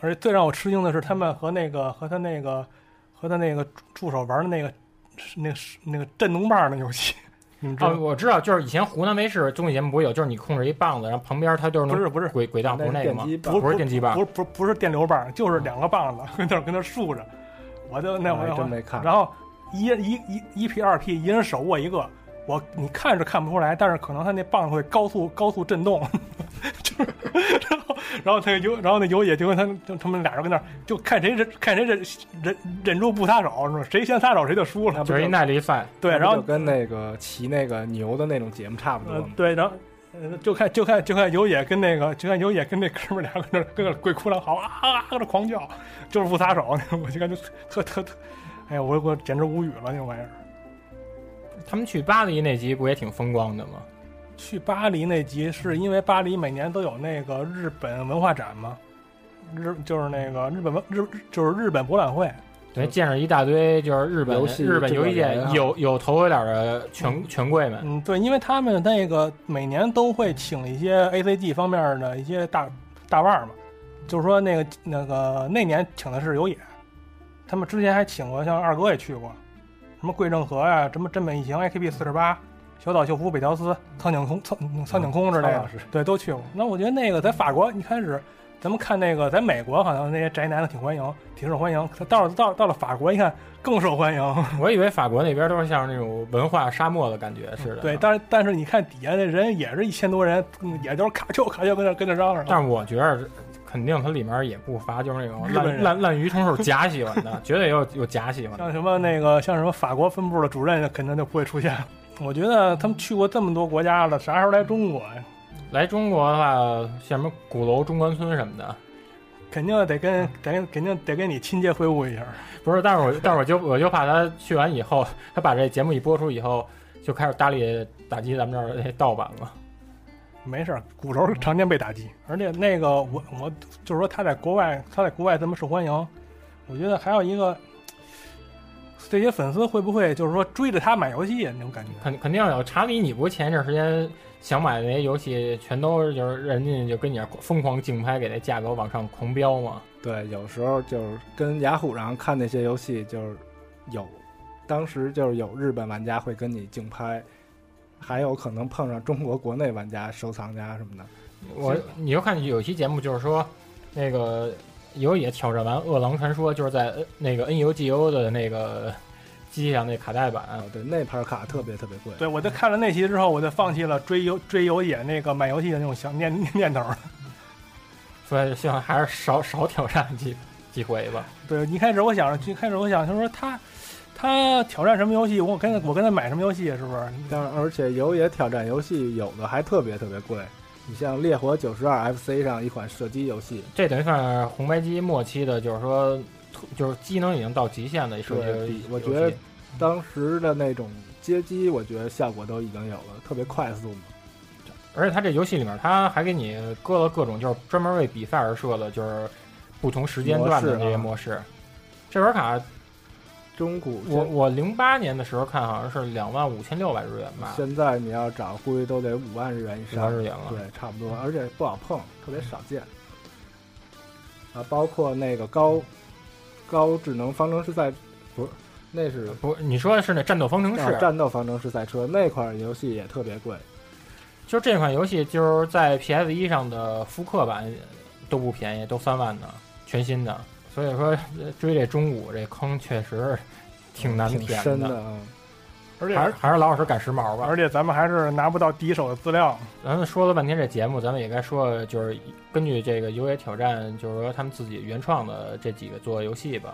Speaker 4: 而且最让我吃惊的是，他们和那个和他那个和他那个助手玩的那个是那个是那个震动棒的游戏，你们知道
Speaker 3: 哦，
Speaker 4: 吗？
Speaker 3: 我知道，就是以前湖南卫视综艺节目不是有，就是你控制一棒子，然后旁边它就是那
Speaker 4: 不
Speaker 3: 种
Speaker 4: 是不是
Speaker 3: 轨轨道，不是
Speaker 5: 那
Speaker 3: 那
Speaker 5: 是
Speaker 3: 个
Speaker 5: 电
Speaker 3: 吗？
Speaker 5: 击
Speaker 4: 不
Speaker 5: 棒，
Speaker 3: 不是电击棒
Speaker 4: 不，是不是不是电流棒，就是两个棒子 <laughs> 跟那儿跟那儿竖着，我就那
Speaker 5: 我
Speaker 4: 我
Speaker 5: 啊还真
Speaker 4: 我
Speaker 5: 没看。
Speaker 4: 然后一一一一 P 二 P 一人手握一个，我你看是看不出来，但是可能他那棒子会高速高速震动， <laughs> 就是然后然后他有然后那有也就跟他就他们俩人跟那儿就看谁忍看谁忍忍忍住不撒手，是吧？谁先撒手谁就输了。
Speaker 3: 就是一耐力赛。
Speaker 4: 对，
Speaker 5: 那不
Speaker 4: 然后
Speaker 5: 就跟那个骑那个牛的那种节目差不多
Speaker 4: 呃
Speaker 5: 嘛，
Speaker 4: 对，然后。呃就看就看就看有野跟那个就看有野跟那哥们儿俩跟那跟那鬼哭狼嚎啊啊啊跟那狂叫，就是不撒手，我就感觉特特特，哎呀，我我简直无语了那种玩意儿。
Speaker 3: 他们去巴黎那集不也挺风光的吗？
Speaker 4: 去巴黎那集是因为巴黎每年都有那个日本文化展嘛，日就是那个日本文日就是日本博览会，
Speaker 3: 等于见着一大堆就是日本
Speaker 5: 游戏
Speaker 3: 日本游戏
Speaker 5: 制作人
Speaker 3: 界
Speaker 5: 啊
Speaker 3: 有有头有脸的权权贵们，
Speaker 4: 嗯，对，因为他们那个每年都会请一些 ACG 方面的一些大大腕儿嘛，就是说那个那个那年请的是有野，他们之前还请过像二哥也去过，什么桂正和呀、什么真本一行、AKB 四十八、小岛秀夫、北条司、苍井空、苍啊苍井空之类
Speaker 5: 苍
Speaker 4: 的
Speaker 5: 老师，
Speaker 4: 对，呃都去过。那我觉得那个在法国一开始。咱们看那个，在美国好像那些宅男的挺欢迎，挺受欢迎。可到了到到了法国，一看更受欢迎。
Speaker 3: 我以为法国那边都是像那种文化沙漠的感觉似的。
Speaker 4: 对，，但是但是你看底下那人也是一千多人，嗯也都是卡丘卡丘跟那跟那嚷嚷。
Speaker 3: 但是我觉得肯定它里面也不乏就是那种
Speaker 4: 日本
Speaker 3: 滥
Speaker 4: 人
Speaker 3: 滥滥竽充数假喜欢的，绝对有有假喜欢的。
Speaker 4: 像什么那个像什么法国分部的主任肯定就不会出现了。我觉得他们去过这么多国家了，啥时候来中国呀？
Speaker 3: 来中国的话，像什么鼓楼、中关村什么的，
Speaker 4: 肯定得跟得跟肯定得跟你亲切会晤一下。
Speaker 3: 不是，但是我但是我就我就怕他去完以后，他把这节目一播出以后，就开始搭理打击咱们这儿那盗版了。
Speaker 4: 没事儿，鼓楼常年被打击，而且那个我我就是说他在国外他在国外这么受欢迎，我觉得还有一个，这些粉丝会不会就是说追着他买游戏那种感觉？
Speaker 3: 肯肯定有查理，你不是前一段时间想买的那些游戏，全都是就是人家就跟你这儿疯狂竞拍，给那价格往上狂飙吗？
Speaker 5: 对，有时候就是跟雅虎上看那些游戏，就是有，当时就是有日本玩家会跟你竞拍，还有可能碰上中国国内玩家、收藏家什么的。
Speaker 3: 我你就看有一期节目，就是说那个有也挑战完《饿狼传说》，就是在 N- 那个 N U G U 的那个机上那卡带版
Speaker 5: 啊，，对，那盘卡特别特别贵。
Speaker 4: 对，我就看了那期之后，我就放弃了追游追游野那个买游戏的那种想念念念头儿。
Speaker 3: 所以希望还是少少挑战几几回吧。
Speaker 4: 对，一开始我想着，一开始我想，就是说他他挑战什么游戏，我跟他我跟他买什么游戏，是不是？
Speaker 5: 但而且有也挑战游戏，有的还特别特别贵。你像《烈火九十二 FC》上一款射击游戏，
Speaker 3: 这等于算是红白机末期的，就是说，突就是机能已经到极限的一设
Speaker 5: 对
Speaker 3: 计。
Speaker 5: 我觉得当时的那种街机，我觉得效果都已经有了，特别快速嘛。
Speaker 3: 而且它这游戏里面，它还给你搁了各种就是专门为比赛而设的，就是不同时间段的这些模式。
Speaker 5: 啊
Speaker 3: 这盘卡，
Speaker 5: 中古
Speaker 3: 我我零八年的时候看好像是两万五千六百日元吧，
Speaker 5: 现在你要找，估计都得五万日元以
Speaker 3: 十万
Speaker 5: 上。
Speaker 3: 日元了。嗯
Speaker 5: 对，差不多，而且不好碰，特别少见。啊，包括那个高高智能方程式赛，不是，那是
Speaker 3: 不，你说的是那战斗方程
Speaker 5: 啊
Speaker 3: 式，
Speaker 5: 战斗方程式赛车那款游戏也特别贵，
Speaker 3: 就这款游戏就是在 PS 一上的复刻版都不便宜，都三万呢，全新的。所以说呃追这中古这坑确实挺难
Speaker 5: 挺
Speaker 3: 填
Speaker 5: 深的啊。
Speaker 4: 而且
Speaker 3: 还是还是老老实实赶时髦吧
Speaker 4: 而。且咱们还是拿不到第一手的资料，
Speaker 3: 咱们说了半天这节目，咱们也该说，就是根据这个《游野挑战》，就是说他们自己原创的这几个做游戏吧。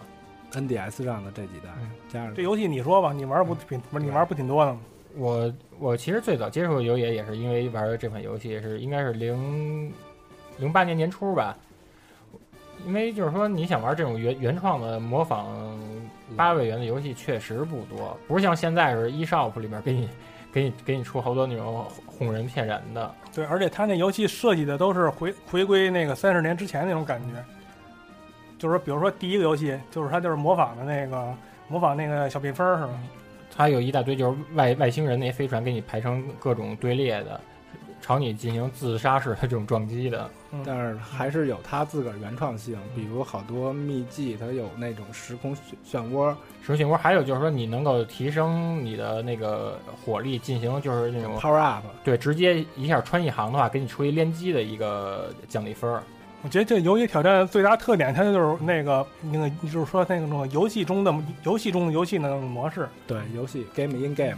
Speaker 5: NDS 上的这几代
Speaker 3: 嗯，
Speaker 5: 加上
Speaker 4: 这游戏你说吧，你玩不挺不是你玩不挺多的吗？
Speaker 3: 我我其实最早接触游野也是因为玩这款游戏，是应该是零零八年年初吧。因为就是说，你想玩这种原原创的模仿八位元的游戏，确实不多，不是像现在是 eShop 里边给你给你给你出好多那种哄人骗人的。
Speaker 4: 对，而且他那游戏设计的都是回回归那个三十年之前那种感觉，就是说，比如说第一个游戏，就是他就是模仿的那个模仿那个小蜜蜂儿是吧？
Speaker 3: 它有一大堆就是外外星人那些飞船给你排成各种队列的，朝你进行自杀式的这种撞击的。
Speaker 5: 但是还是有它自个儿原创性，
Speaker 3: 嗯
Speaker 5: 比如好多秘技，它有那种时空漩漩涡，
Speaker 3: 实性窝还有就是说你能够提升你的那个火力，进行就是那种
Speaker 5: power up，
Speaker 3: 对直接一下穿一行的话，给你出一连击的一个奖励分儿。
Speaker 4: 我觉得这游戏挑战最大特点，它就是那个那个，就是说那种游戏中的游戏中的游戏那种模式，
Speaker 5: 对，游戏 game in game，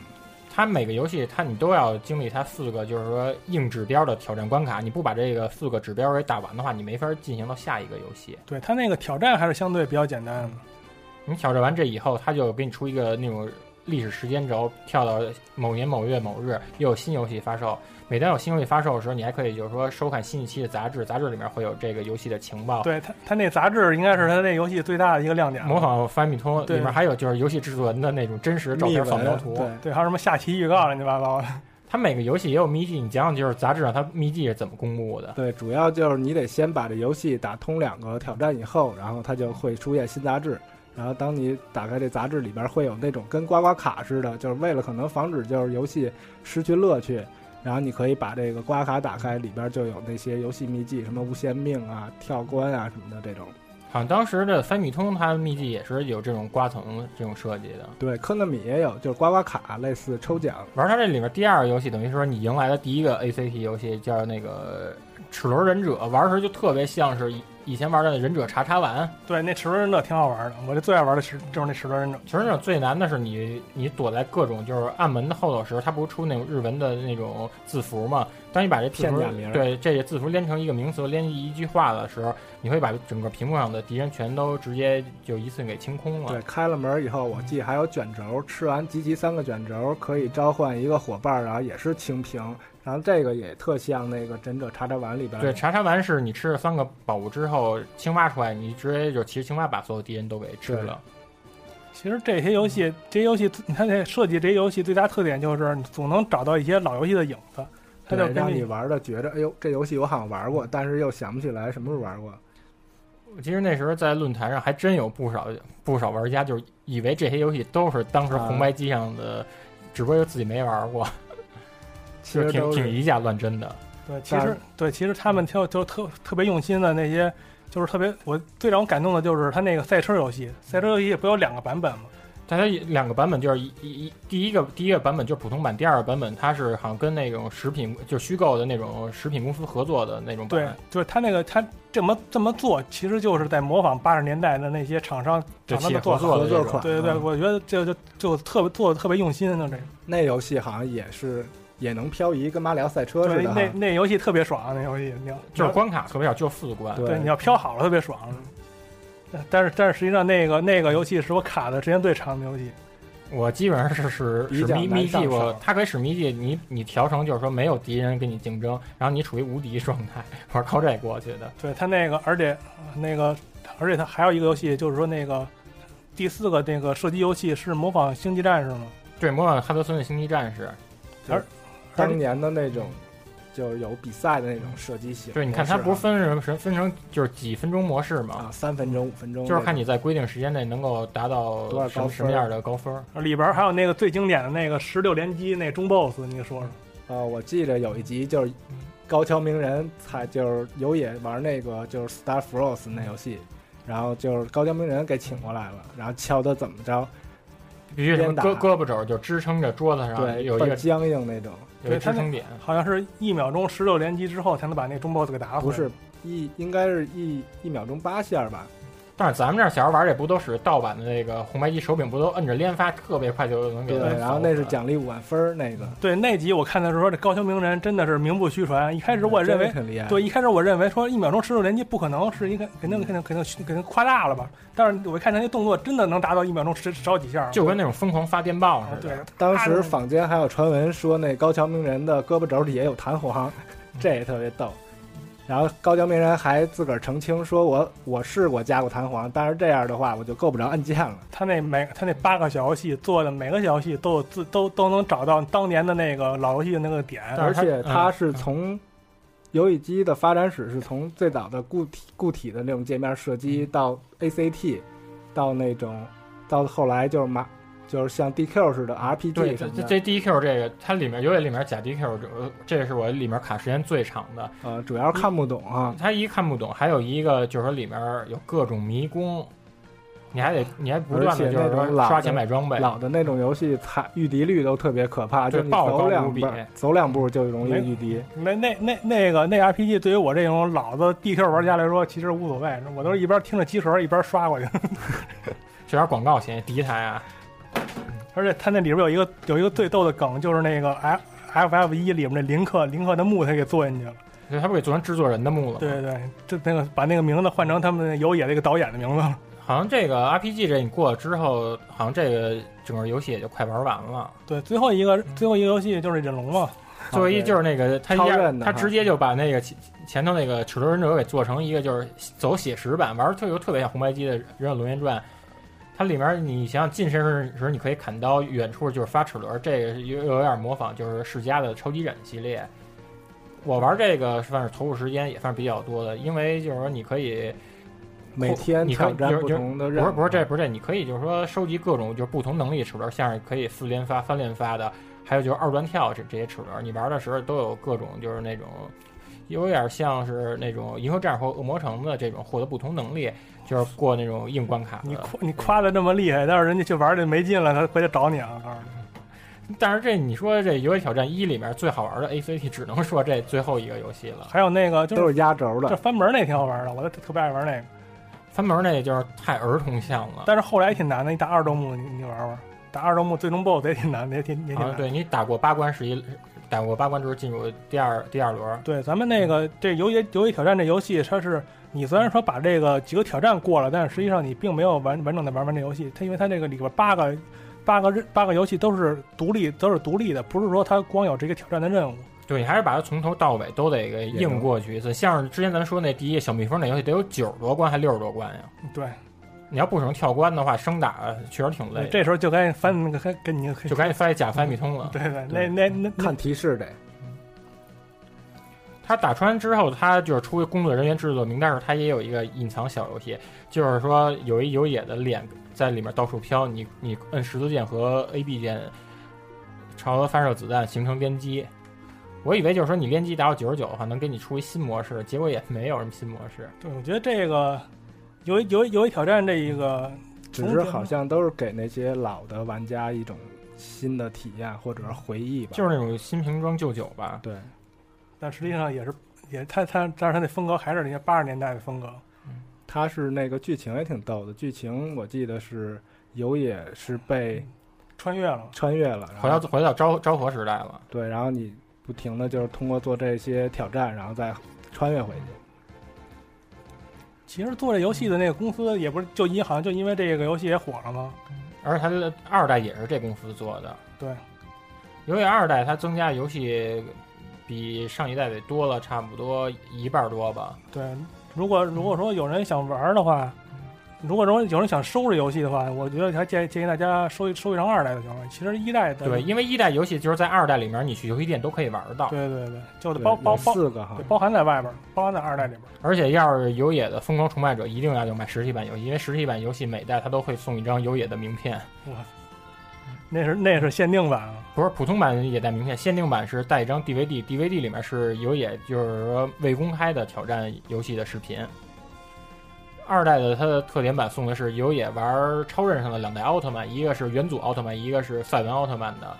Speaker 3: 它每个游戏它你都要经历它四个就是说硬指标的挑战关卡，你不把这个四个指标给打完的话，你没法进行到下一个游戏。
Speaker 4: 对它那个挑战还是相对比较简单的。
Speaker 3: 你挑战完这以后，他就给你出一个那种历史时间轴，跳到某年某月某日，又有新游戏发售。每当有新游戏发售的时候，你还可以就是说收看新一期的杂志，杂志里面会有这个游戏的情报。
Speaker 4: 对它它那杂志应该是它那游戏最大的一个亮点。
Speaker 3: 模仿翻米通
Speaker 4: 对
Speaker 3: 里面还有就是游戏制作人的那种真实照
Speaker 5: 密
Speaker 3: 片
Speaker 5: 文
Speaker 3: 扫描图，
Speaker 5: 对，
Speaker 4: 对，还有什么下棋预告乱七八糟的，
Speaker 3: 它每个游戏也有秘籍，你讲讲就是杂志上它秘籍是怎么公布的？
Speaker 5: 对，主要就是你得先把这游戏打通两个挑战以后，然后它就会出现新杂志。然后当你打开这杂志里边，会有那种跟刮刮卡似的，就是为了可能防止就是游戏失去乐趣，然后你可以把这个刮卡打开，里边就有那些游戏秘籍，什么无限命啊、跳关啊什么的这种。
Speaker 3: 好像当时的翻米通它的秘籍也是有这种刮层这种设计的。
Speaker 5: 对，科纳米也有，就是刮刮卡类似抽奖，
Speaker 3: 玩它这里面第二个游戏，等于说你迎来的第一个 ACT 游戏叫那个《齿轮忍者》，玩的时候就特别像是以以前玩的忍者查查丸。
Speaker 4: 对，那齿轮忍者挺好玩的，我这最爱玩的是就是那齿轮忍者。
Speaker 3: 其实那最难的是你，你躲在各种就是暗门的后头时，它不是出那种日文的那种字符嘛？当你把这字符
Speaker 5: 片假名
Speaker 3: 对这些字符连成一个名词，连一句话的时候，你会把整个屏幕上的敌人全都直接就一次给清空了
Speaker 5: 对，。开了门以后，我记还有卷轴，吃完集齐三个卷轴可以召唤一个伙伴，然后也是清屏，然后这个也特像那个《忍者查查丸》里边。
Speaker 3: 对，，查查丸是你吃了三个宝物之后，青蛙出来，你直接就骑着青蛙把所有敌人都给吃
Speaker 5: 对
Speaker 3: 了。
Speaker 4: 其实这些游戏，这些游戏，你看这设计这些游戏最大特点就是你总能找到一些老游戏的影子，它就跟
Speaker 5: 对，让你玩的觉着，哎呦，这游戏我好像玩过，但是又想不起来什么时候玩过。
Speaker 3: 其实那时候在论坛上还真有不少不少玩家，就是以为这些游戏都是当时
Speaker 5: 啊
Speaker 3: 红白机上的，只不过自己没玩过，
Speaker 5: 其
Speaker 3: 就
Speaker 5: 实
Speaker 3: 是挺
Speaker 5: 都
Speaker 3: 挺
Speaker 5: 是
Speaker 3: 以假乱真的。
Speaker 4: 对，其实对，其实他们就就特特别用心的那些，就是特别我最让我感动的就是他那个赛车游戏，赛车游戏不有两个版本吗？
Speaker 3: 但它两个版本就是一一一第一个第一个版本就是普通版，第二个版本它是好像跟那种食品就虚构的那种食品公司合作的那种
Speaker 4: 对
Speaker 3: 版，，
Speaker 4: 就是他那个他这么这么做，其实就是在模仿八十年代的那些厂商
Speaker 3: 对
Speaker 4: 厂商
Speaker 3: 企业
Speaker 4: 的做
Speaker 3: 合
Speaker 4: 法。
Speaker 3: 作
Speaker 5: 合
Speaker 3: 的这
Speaker 5: 作
Speaker 3: 种。
Speaker 5: 款。
Speaker 4: 对对对，
Speaker 5: 嗯
Speaker 4: 我觉得这就就特别做的特别用心，就这个。
Speaker 5: 那游戏好像也是也能漂移，跟马里奥赛车
Speaker 4: 对，
Speaker 5: 似的哈
Speaker 4: 那。那游戏特别爽，那游戏你要
Speaker 3: 就是关卡特别少，就四关。
Speaker 5: 对
Speaker 4: 对你要飘好了特别爽。但是但是实际上那个那个游戏是我卡的时间最长的游戏，
Speaker 3: 我基本上是使
Speaker 5: 比
Speaker 3: 使
Speaker 5: 较
Speaker 3: 秘
Speaker 5: 难
Speaker 3: 秘
Speaker 5: 上
Speaker 3: 技，我
Speaker 5: 手
Speaker 3: 它可以使秘技，你你调成就是说没有敌人跟你竞争，然后你处于无敌状态， <laughs> 我是靠这过去的。
Speaker 4: 对他那个，而且那个，而且他还有一个游戏，就是说那个第四个那个射击游戏是模仿《星际战士》吗？
Speaker 3: 对，模仿哈德森的星际战士，
Speaker 4: 而
Speaker 5: 当年的那种，就是有比赛的那种射击型模式啊。
Speaker 3: 对，你看它不是分什么什分成就是几分钟模式嘛，
Speaker 5: 啊，三分钟、五分钟那
Speaker 3: 就
Speaker 5: 种，
Speaker 3: 是看你在规定时间内能够达到
Speaker 5: 多少
Speaker 3: 什
Speaker 5: 高
Speaker 3: 么
Speaker 5: 分
Speaker 3: 什么样的高分儿。
Speaker 4: 里边还有那个最经典的那个十六连击那中 BOSS，你说说？
Speaker 5: 啊，我记着有一集就是高桥名人采，就是有也玩那个就是 Star Frost 那游戏，然后就是高桥名人给请过来了，然后敲他怎么着，
Speaker 3: 必须什么
Speaker 5: 边打
Speaker 3: 胳胳膊肘就支撑着桌子上
Speaker 5: 对，
Speaker 3: 有一
Speaker 5: 倍
Speaker 3: 个
Speaker 5: 儿僵硬那种，
Speaker 3: 有一个
Speaker 4: 对
Speaker 3: 支
Speaker 4: 它那
Speaker 3: 撑点，
Speaker 4: 好像是一秒钟十六连击之后才能把那中 BOSS 给打死。
Speaker 5: 不是，一应该是一一秒钟八下吧，
Speaker 3: 但是咱们这儿小孩玩儿也不都使盗版的那个红白机手柄，不都摁着连发，特别快就能给
Speaker 5: 对，
Speaker 3: 它扫
Speaker 5: 然后那是
Speaker 3: 出来
Speaker 5: 奖励五万分儿那个，
Speaker 4: 对那集我看的时候，这高桥名人真的是名不虚传。一开始我认
Speaker 5: 真
Speaker 3: 嗯
Speaker 4: 为
Speaker 5: 是很厉害，
Speaker 4: 对，一开始我认为说一秒钟十六连击不可能，是应该肯定肯定肯定肯定夸大了吧？但是我一看他那动作，真的能达到一秒钟十十好几下儿。
Speaker 3: 就跟那种疯狂发电报
Speaker 5: 哦
Speaker 4: 啊
Speaker 3: 似
Speaker 4: 对
Speaker 3: 的。，
Speaker 5: 当
Speaker 4: 他
Speaker 5: 时坊间还有传闻说，那高桥名人的胳膊肘底下有弹簧，
Speaker 3: 嗯
Speaker 5: 这也特别逗。然后高桥名人还自个儿澄清说我：“我试过加过弹簧，但是这样的话我就够不着按键了。
Speaker 4: 他那每他那八个小游戏做的每个小游戏都有自都都能找到当年的那个老游戏的那个点。
Speaker 3: 但”是
Speaker 5: 而
Speaker 3: 他
Speaker 5: 且它是
Speaker 3: 嗯
Speaker 5: 从游戏机的发展史是从最早的固体固体的那种界面射
Speaker 3: 嗯
Speaker 5: 击到 ACT，到那种到后来就是马就是像 DQ 似的 RPG
Speaker 3: 这
Speaker 5: 什
Speaker 3: 这
Speaker 5: 么
Speaker 3: 嗯这
Speaker 5: 的，
Speaker 3: DQ 这个，它里面游戏里面假 DQ，这这是我里面卡时间最长的。
Speaker 5: 呃，主要是看不懂啊。
Speaker 3: 它一看不懂，还有一个就是说里面有各种迷宫，你还得你还不断
Speaker 5: 啊而
Speaker 3: 的
Speaker 5: 且
Speaker 3: 就
Speaker 5: 那
Speaker 3: 是
Speaker 5: 种
Speaker 3: 说
Speaker 5: 老
Speaker 3: 刷
Speaker 5: 的
Speaker 3: 钱买装备。
Speaker 5: 老的那种游戏，踩遇敌率都特别可怕，
Speaker 3: 对
Speaker 5: 就你
Speaker 3: 爆高
Speaker 5: 走两
Speaker 3: 无比
Speaker 5: 步，走两步就容易遇敌。
Speaker 4: 那那那那个那 RPG 对于我这种老的 DQ 玩家来说，其实无所谓，我都是一边听着机壳一边刷过去。 <laughs>
Speaker 3: 这点广告嫌疑，第一台啊，
Speaker 4: 而且他那里边有一个有一个最逗的梗，就是那个 F F F 一里面那林克林克的墓他给做进去了。
Speaker 3: 所以它不给做成制作人的目了吗？
Speaker 4: 对对，就那个把那个名字换成他们有野那个导演的名字了。
Speaker 3: 好像这个 RPG 这你过了之后，好像这个整个游戏也就快玩完了。
Speaker 4: 对，最后一个最后一个游戏就是忍龙嘛，
Speaker 3: 最后一就是那个他一
Speaker 5: 哦超
Speaker 3: 下
Speaker 5: 任，的
Speaker 3: 他
Speaker 5: 哈
Speaker 3: 直接就把那个前前头那个齿轮忍者给做成一个就是走写实版，玩儿特有特别像红白机的《忍者龙源传》。它里面你想想近身时候你可以砍刀，远处就是发齿轮，这个又又有点模仿就是世嘉的超级忍系列。我玩这个算是投入时间也算是比较多的，因为就是说你可以
Speaker 5: 每天
Speaker 3: 你看
Speaker 5: 挑战
Speaker 3: 就是
Speaker 5: 不同的
Speaker 3: 不
Speaker 5: 任务，
Speaker 3: 是不是这
Speaker 4: 嗯
Speaker 3: 不是这，你可以就是说收集各种就是不同能力齿轮，像是可以四连发、三连发的，还有就是二段跳这这些齿轮，你玩的时候都有各种就是那种。有点像是那种银河战士或恶魔城的这种获得不同能力，就是过那种硬关卡
Speaker 4: 你
Speaker 3: 的
Speaker 4: 夸。你夸的这么厉害，但是人家去玩这没劲了，他回去找你啊！我告诉你，
Speaker 3: 但是这你说这《游戏挑战一》里面最好玩的 ACT，只能说这最后一个游戏了。
Speaker 4: 还有那个就
Speaker 5: 嗯都
Speaker 4: 是
Speaker 5: 是压轴
Speaker 4: 这
Speaker 5: 的。
Speaker 4: 翻门那挺好玩的，我都特别爱玩那个。
Speaker 3: 翻门那就是太儿童向了。啊
Speaker 4: 但是后来也挺难的，你打二周目你你玩玩，打二周目最终 BOSS 也挺难的，也挺也挺
Speaker 3: 啊，
Speaker 4: 难。
Speaker 3: 对你打过八关是一，打过八关之后进入第二第二轮，
Speaker 4: 对，咱们那个这游戏游戏挑战这游戏，它是你虽然说把这个几个挑战过了，但是实际上你并没有完完整的玩完这游戏。它因为它这个里边八个八个任八个游戏都是独立都是独立的，不是说它光有这个挑战的任务。
Speaker 3: 对，你还是把它从头到尾都得给硬过去一次。像是之前咱说那第一小蜜蜂那游戏，得有九十多关还六十多关呀。
Speaker 4: 对，
Speaker 3: 你要不省跳关的话，生打确实挺累，
Speaker 4: 这时候就该翻那个跟跟你
Speaker 3: 就赶紧塞假翻密通了。
Speaker 4: 嗯对对，那那那那
Speaker 5: 看提示得，
Speaker 3: 他打穿之后，他就是出于工作人员制作名单时，他也有一个隐藏小游戏，就是说有一有野的脸在里面到处飘，你你摁十字键和 A B 键朝它发射子弹形成连击。我以为就是说你连击达到九十九的话，能给你出一新模式，结果也没有什么新模式。
Speaker 4: 对，我觉得这个游戏游戏游戏挑战这一个
Speaker 5: 只是好像都是给那些老的玩家一种新的体验或者是回忆吧。
Speaker 3: 就是那种新瓶装旧酒吧。
Speaker 5: 对，
Speaker 4: 但实际上也是也他他，但是他那风格还是那些八十年代的风格。
Speaker 5: 它是那个剧情也挺逗的，剧情我记得是有也是被
Speaker 4: 穿越了，
Speaker 5: 穿越了，然
Speaker 3: 回
Speaker 5: 后
Speaker 3: 到回到昭昭和时代了，
Speaker 5: 对，然后你不停的就是通过做这些挑战，然后再穿越回去。
Speaker 4: 其实做这游戏的那个公司也不是就因好像就因为这个游戏也火了吗？
Speaker 3: 而且它的二代也是这公司做的。
Speaker 4: 对，
Speaker 3: 由于二代它增加游戏比上一代得多了，差不多一半儿多吧。
Speaker 4: 对，如果如果说有人想玩儿的话，如果说有人想收拾游戏的话，我觉得还建议建议大家收一收一张二代就行了。其实一代的
Speaker 3: 对，因为一代游戏就是在二代里面，你去游戏店都可以玩到。
Speaker 4: 对对对，就
Speaker 5: 对
Speaker 4: 包包
Speaker 5: 有
Speaker 4: 包
Speaker 5: 四个哈
Speaker 4: 对，包含在外边儿，包含在二代里边儿。
Speaker 3: 而且要是有野的疯狂崇拜者，一定要就买实体版游戏，因为实体版游戏每代它都会送一张有野的名片，
Speaker 4: 那是那是限定版啊，
Speaker 3: 不是普通版也带名片，限定版是带一张 DVD，DVD 里面是有野就是说未公开的挑战游戏的视频。二代的它的特点版送的是有野玩超任上的两代奥特曼，一个是元祖奥特曼，一个是赛文奥特曼的。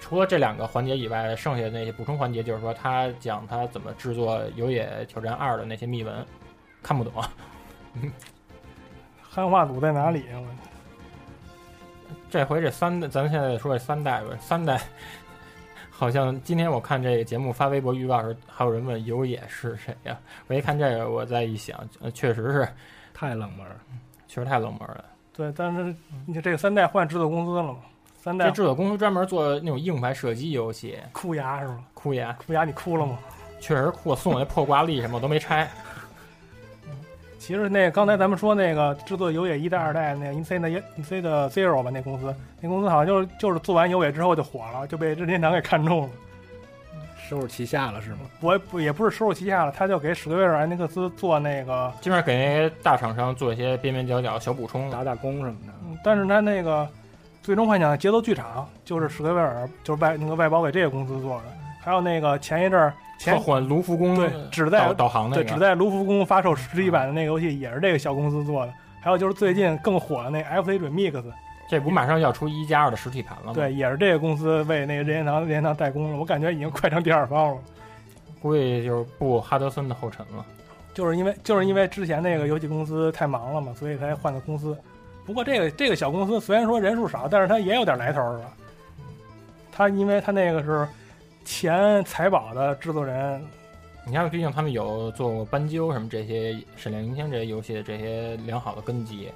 Speaker 3: 除了这两个环节以外，剩下的那些补充环节就是说他讲他怎么制作《有野挑战二》的那些秘闻，看不懂啊。
Speaker 4: 汉化组在哪里啊？我
Speaker 3: 这回这三代，咱现在说这三代吧，三代 <laughs> 好像今天我看这个节目发微博预告时，还有人问有野是谁呀、我一看这个，我再一想，呃确实是，
Speaker 5: 太冷门了。
Speaker 3: 确实太冷门了。
Speaker 4: 对，但是你这三代换制作公司了嘛？三
Speaker 3: 嗯这
Speaker 4: 代
Speaker 3: 制作公司专门做那种硬派射击游戏，
Speaker 4: 哭牙是吗？
Speaker 3: 酷爷
Speaker 4: 哭牙你哭了吗？
Speaker 3: 确实酷，送我那破挂历什么我都没拆。
Speaker 4: 其实那刚才咱们说那个制作有野一代、二代那个 N C 的 N C 的 Zero 吧，那公司那公司好像就是就是做完有野之后就火了，就被任天堂给看中了。
Speaker 5: 收拾旗下了是吗？
Speaker 4: 我也不也不是收入旗下了，他就给史克威尔艾尼克斯做那个，
Speaker 3: 基本上给那些大厂商做一些边边角角小补充。
Speaker 5: 打打工什么的。
Speaker 4: 嗯但是他那个最终幻想节奏剧场就是史克威尔就是外那个外包给这个公司做的，还有那个前一阵儿前
Speaker 3: 换换卢浮宫
Speaker 4: 对只在
Speaker 3: 导导航那
Speaker 4: 对，
Speaker 3: 个，
Speaker 4: 只在卢浮宫发售实体版的那个游戏也是这个小公司做的。还有就是最近更火的那 FC Remix，
Speaker 3: 这不马上要出一加二的实体盘了啊吗？，
Speaker 4: 对，也是这个公司为那个任天堂任天堂代工了。我感觉已经快成第二方了，
Speaker 3: 估计就是步哈德森的后尘了。
Speaker 4: 就是因为就是因为之前那个游戏公司太忙了嘛，所以才换的公司。不过这个这个小公司虽然说人数少，但是它也有点来头是吧？它因为它那个是前财宝的制作人，
Speaker 3: 你看，毕竟他们有做过斑鸠什么这些《闪亮银星》这些游戏的这些良好的根基。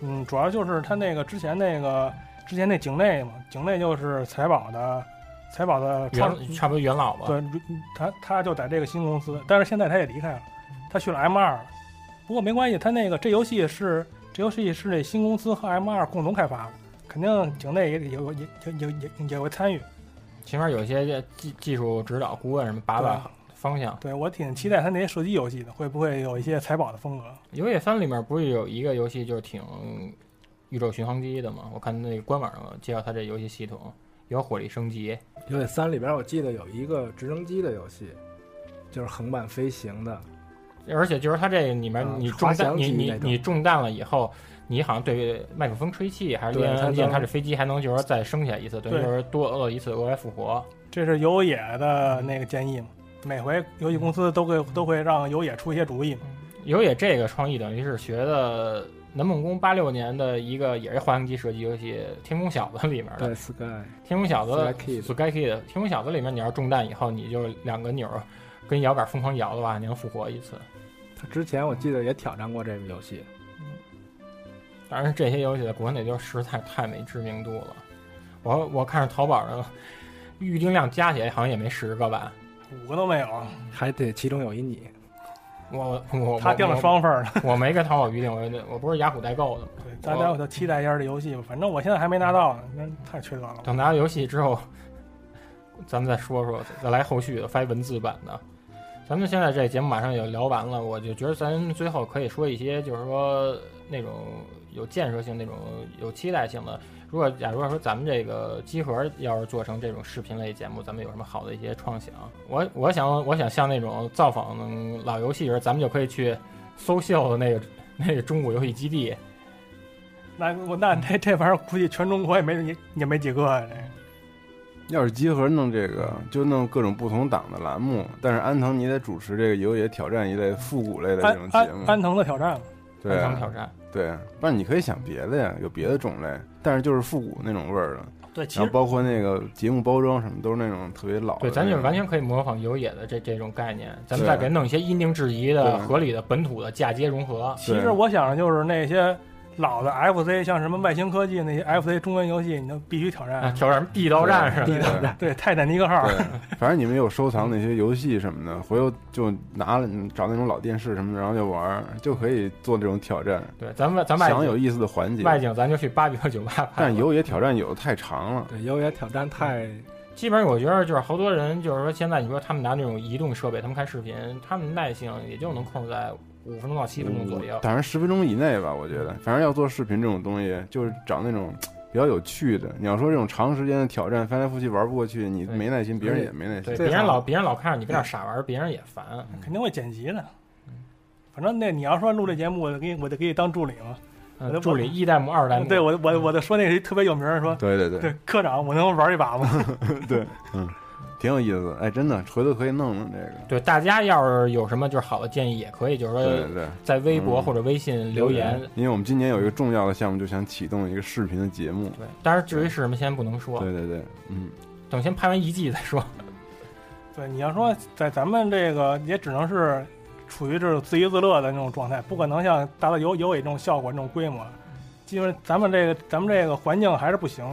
Speaker 4: 嗯，主要就是他那个之前那个之前那井内嘛，井内就是财宝的财宝的创
Speaker 3: 元差不多元老吧，
Speaker 4: 对，嗯他他就在这个新公司，但是现在他也离开了，他去了 M 二了。不过没关系，他那个这游戏是这游戏是这新公司和 M 二共同开发的，肯定井内也也有也也也也也会参与。
Speaker 3: 起码有一些技技术指导、顾问什么把把方向。
Speaker 4: 对我挺期待他那些射击游戏的，会不会有一些财宝的风格？
Speaker 3: 《游野三》里面不是有一个游戏就是挺宇宙巡航机的嘛？我看那个官网上介绍它这游戏系统有火力升级，
Speaker 5: 有点三里边，我记得有一个直升机的游戏，就是横版飞行的，
Speaker 3: 而且就是它这里面
Speaker 5: 啊
Speaker 3: 你
Speaker 5: 滑
Speaker 3: 中弹
Speaker 5: 翔
Speaker 3: 你
Speaker 5: 机
Speaker 3: 你
Speaker 5: 那种
Speaker 3: 你中弹了以后，你好像对麦克风吹气还是
Speaker 5: 对
Speaker 3: 连
Speaker 5: 它
Speaker 3: 按键，
Speaker 5: 能
Speaker 3: 它这飞机还能就是说再升起来一次，等于
Speaker 4: 对
Speaker 3: 就是多饿一次额外复活。
Speaker 4: 这是有野的那个建议嘛？每回游戏公司都会都会让有野出一些主意嘛？
Speaker 3: 有野这个创意等于是学的呃南梦宫八六年的一个也是滑翔机射击游戏《天空小子》里面的
Speaker 5: 对 Sky
Speaker 3: 《天空小子
Speaker 5: Sky》Kid
Speaker 3: Sky Kid，《天空小子》里面你要中弹以后，你就两个钮儿跟摇杆疯狂摇的话，你能复活一次。
Speaker 5: 他之前我记得也挑战过这个游戏，
Speaker 3: 当然，这些游戏在国内就实在太没知名度了。我我看着淘宝上预定量加起来好像也没十个吧。
Speaker 4: 五个都没有，
Speaker 5: 还得其中有一你，
Speaker 3: 我我
Speaker 4: 他定了，双份儿
Speaker 3: <laughs>
Speaker 4: 呢。
Speaker 3: 我我我没跟淘宝预定，我我不是雅虎代购的吗？
Speaker 4: 对，大家我就期待一下这游戏吧。反正我现在还没拿到呢，那太缺德了。
Speaker 3: 等拿到游戏之后，咱们再说说，再来后续的发一文字版的。咱们现在这节目马上也聊完了，我就觉得咱最后可以说一些，就是说那种有建设性、那种有期待性的。如果假如说咱们这个集合要是做成这种视频类节目，咱们有什么好的一些创想？我我想我想像那种造访老游戏人，咱们就可以去搜秀的那个那个中古游戏基地，
Speaker 4: 那我那这这玩意儿估计全中国也没也也没几个啊呀、这个
Speaker 6: 要是集合弄这个，就弄各种不同档的栏目，但是安藤你得主持这个有野挑战一类复古类的这种
Speaker 4: 安
Speaker 6: 节
Speaker 4: 安
Speaker 6: 目，
Speaker 4: 安藤的挑战，
Speaker 6: 对
Speaker 3: 咱们
Speaker 6: 啊
Speaker 3: 挑战。
Speaker 6: 对，不然你可以想别的呀，有别的种类，但是就是复古那种味儿的，
Speaker 4: 对，其
Speaker 6: 然后
Speaker 4: 实
Speaker 6: 包括那个节目包装什么，都是那种特别老的那
Speaker 3: 对，
Speaker 6: 种。
Speaker 3: 咱就是完全可以模仿有野的这这种概念，咱们
Speaker 6: 对
Speaker 3: 再给弄一些因地制宜的、
Speaker 6: 对
Speaker 3: 合理的、本土的嫁接融合。
Speaker 4: 其实我想的就是那些老的 FC，像什么外星科技那些 FC 中文游戏，你都必须挑
Speaker 3: 啊，
Speaker 4: 战。
Speaker 3: 挑战什么地道战是吧？
Speaker 6: 对对
Speaker 4: 对，泰坦尼克号，
Speaker 6: 对，反正你们有收藏那些游戏什么的，回头就拿了找那种老电视什么的，然后就玩儿，就可以做这种挑战，
Speaker 3: 对，咱们咱外
Speaker 6: 想
Speaker 3: 景
Speaker 6: 有意思的环节。
Speaker 3: 外景，咱就去八九九八拍吧。
Speaker 6: 但游野挑战有的太长了，
Speaker 5: 对，有野挑战太
Speaker 3: 基本上我觉得就是好多人就是说现在你说他们拿那种移动设备，他们看视频，他们耐性也就能控制在五分钟到七分钟左右。
Speaker 6: 当然嗯十分钟以内吧，我觉得。反正要做视频这种东西，就是找那种比较有趣的。你要说这种长时间的挑战，翻来覆去玩不过去，你
Speaker 3: 对
Speaker 6: 没耐心，别人也没耐心
Speaker 3: 对，。
Speaker 5: 这
Speaker 3: 别人
Speaker 5: 好
Speaker 3: 老别人老看着你跟那
Speaker 6: 嗯
Speaker 3: 儿傻玩，别人也烦。
Speaker 4: 肯定会剪辑的。反正那你要说录这节目，我得给你我得给你当助理嘛。
Speaker 3: 嗯
Speaker 4: 我都不
Speaker 3: 助理一代目、二
Speaker 6: 嗯
Speaker 3: 代目，
Speaker 4: 对我我我的说那谁特别有名儿，说
Speaker 6: 对对对
Speaker 4: 对科长，我能玩一把吗？
Speaker 6: 对，嗯，挺有意思的。哎，真的，回头可以弄弄这个。
Speaker 3: 对大家要是有什么就是好的建议，也可以就是
Speaker 6: 对嗯对
Speaker 3: 说
Speaker 6: 对，
Speaker 3: 在微博或者微信呃留言。
Speaker 6: 因为我们今年有一个重要的项目，就想启动一个视频的节目。
Speaker 3: 对，当然至于是什么先不能说，
Speaker 6: 对对对，嗯，
Speaker 3: 等先拍完一季再说。
Speaker 4: 对，你要
Speaker 3: 嗯
Speaker 4: 说在咱们这个也只能是处于这种自娱自乐的那种状态，不可能像达到有有伟这种效果、这种规模。基本咱们这个咱们这个环境还是不行。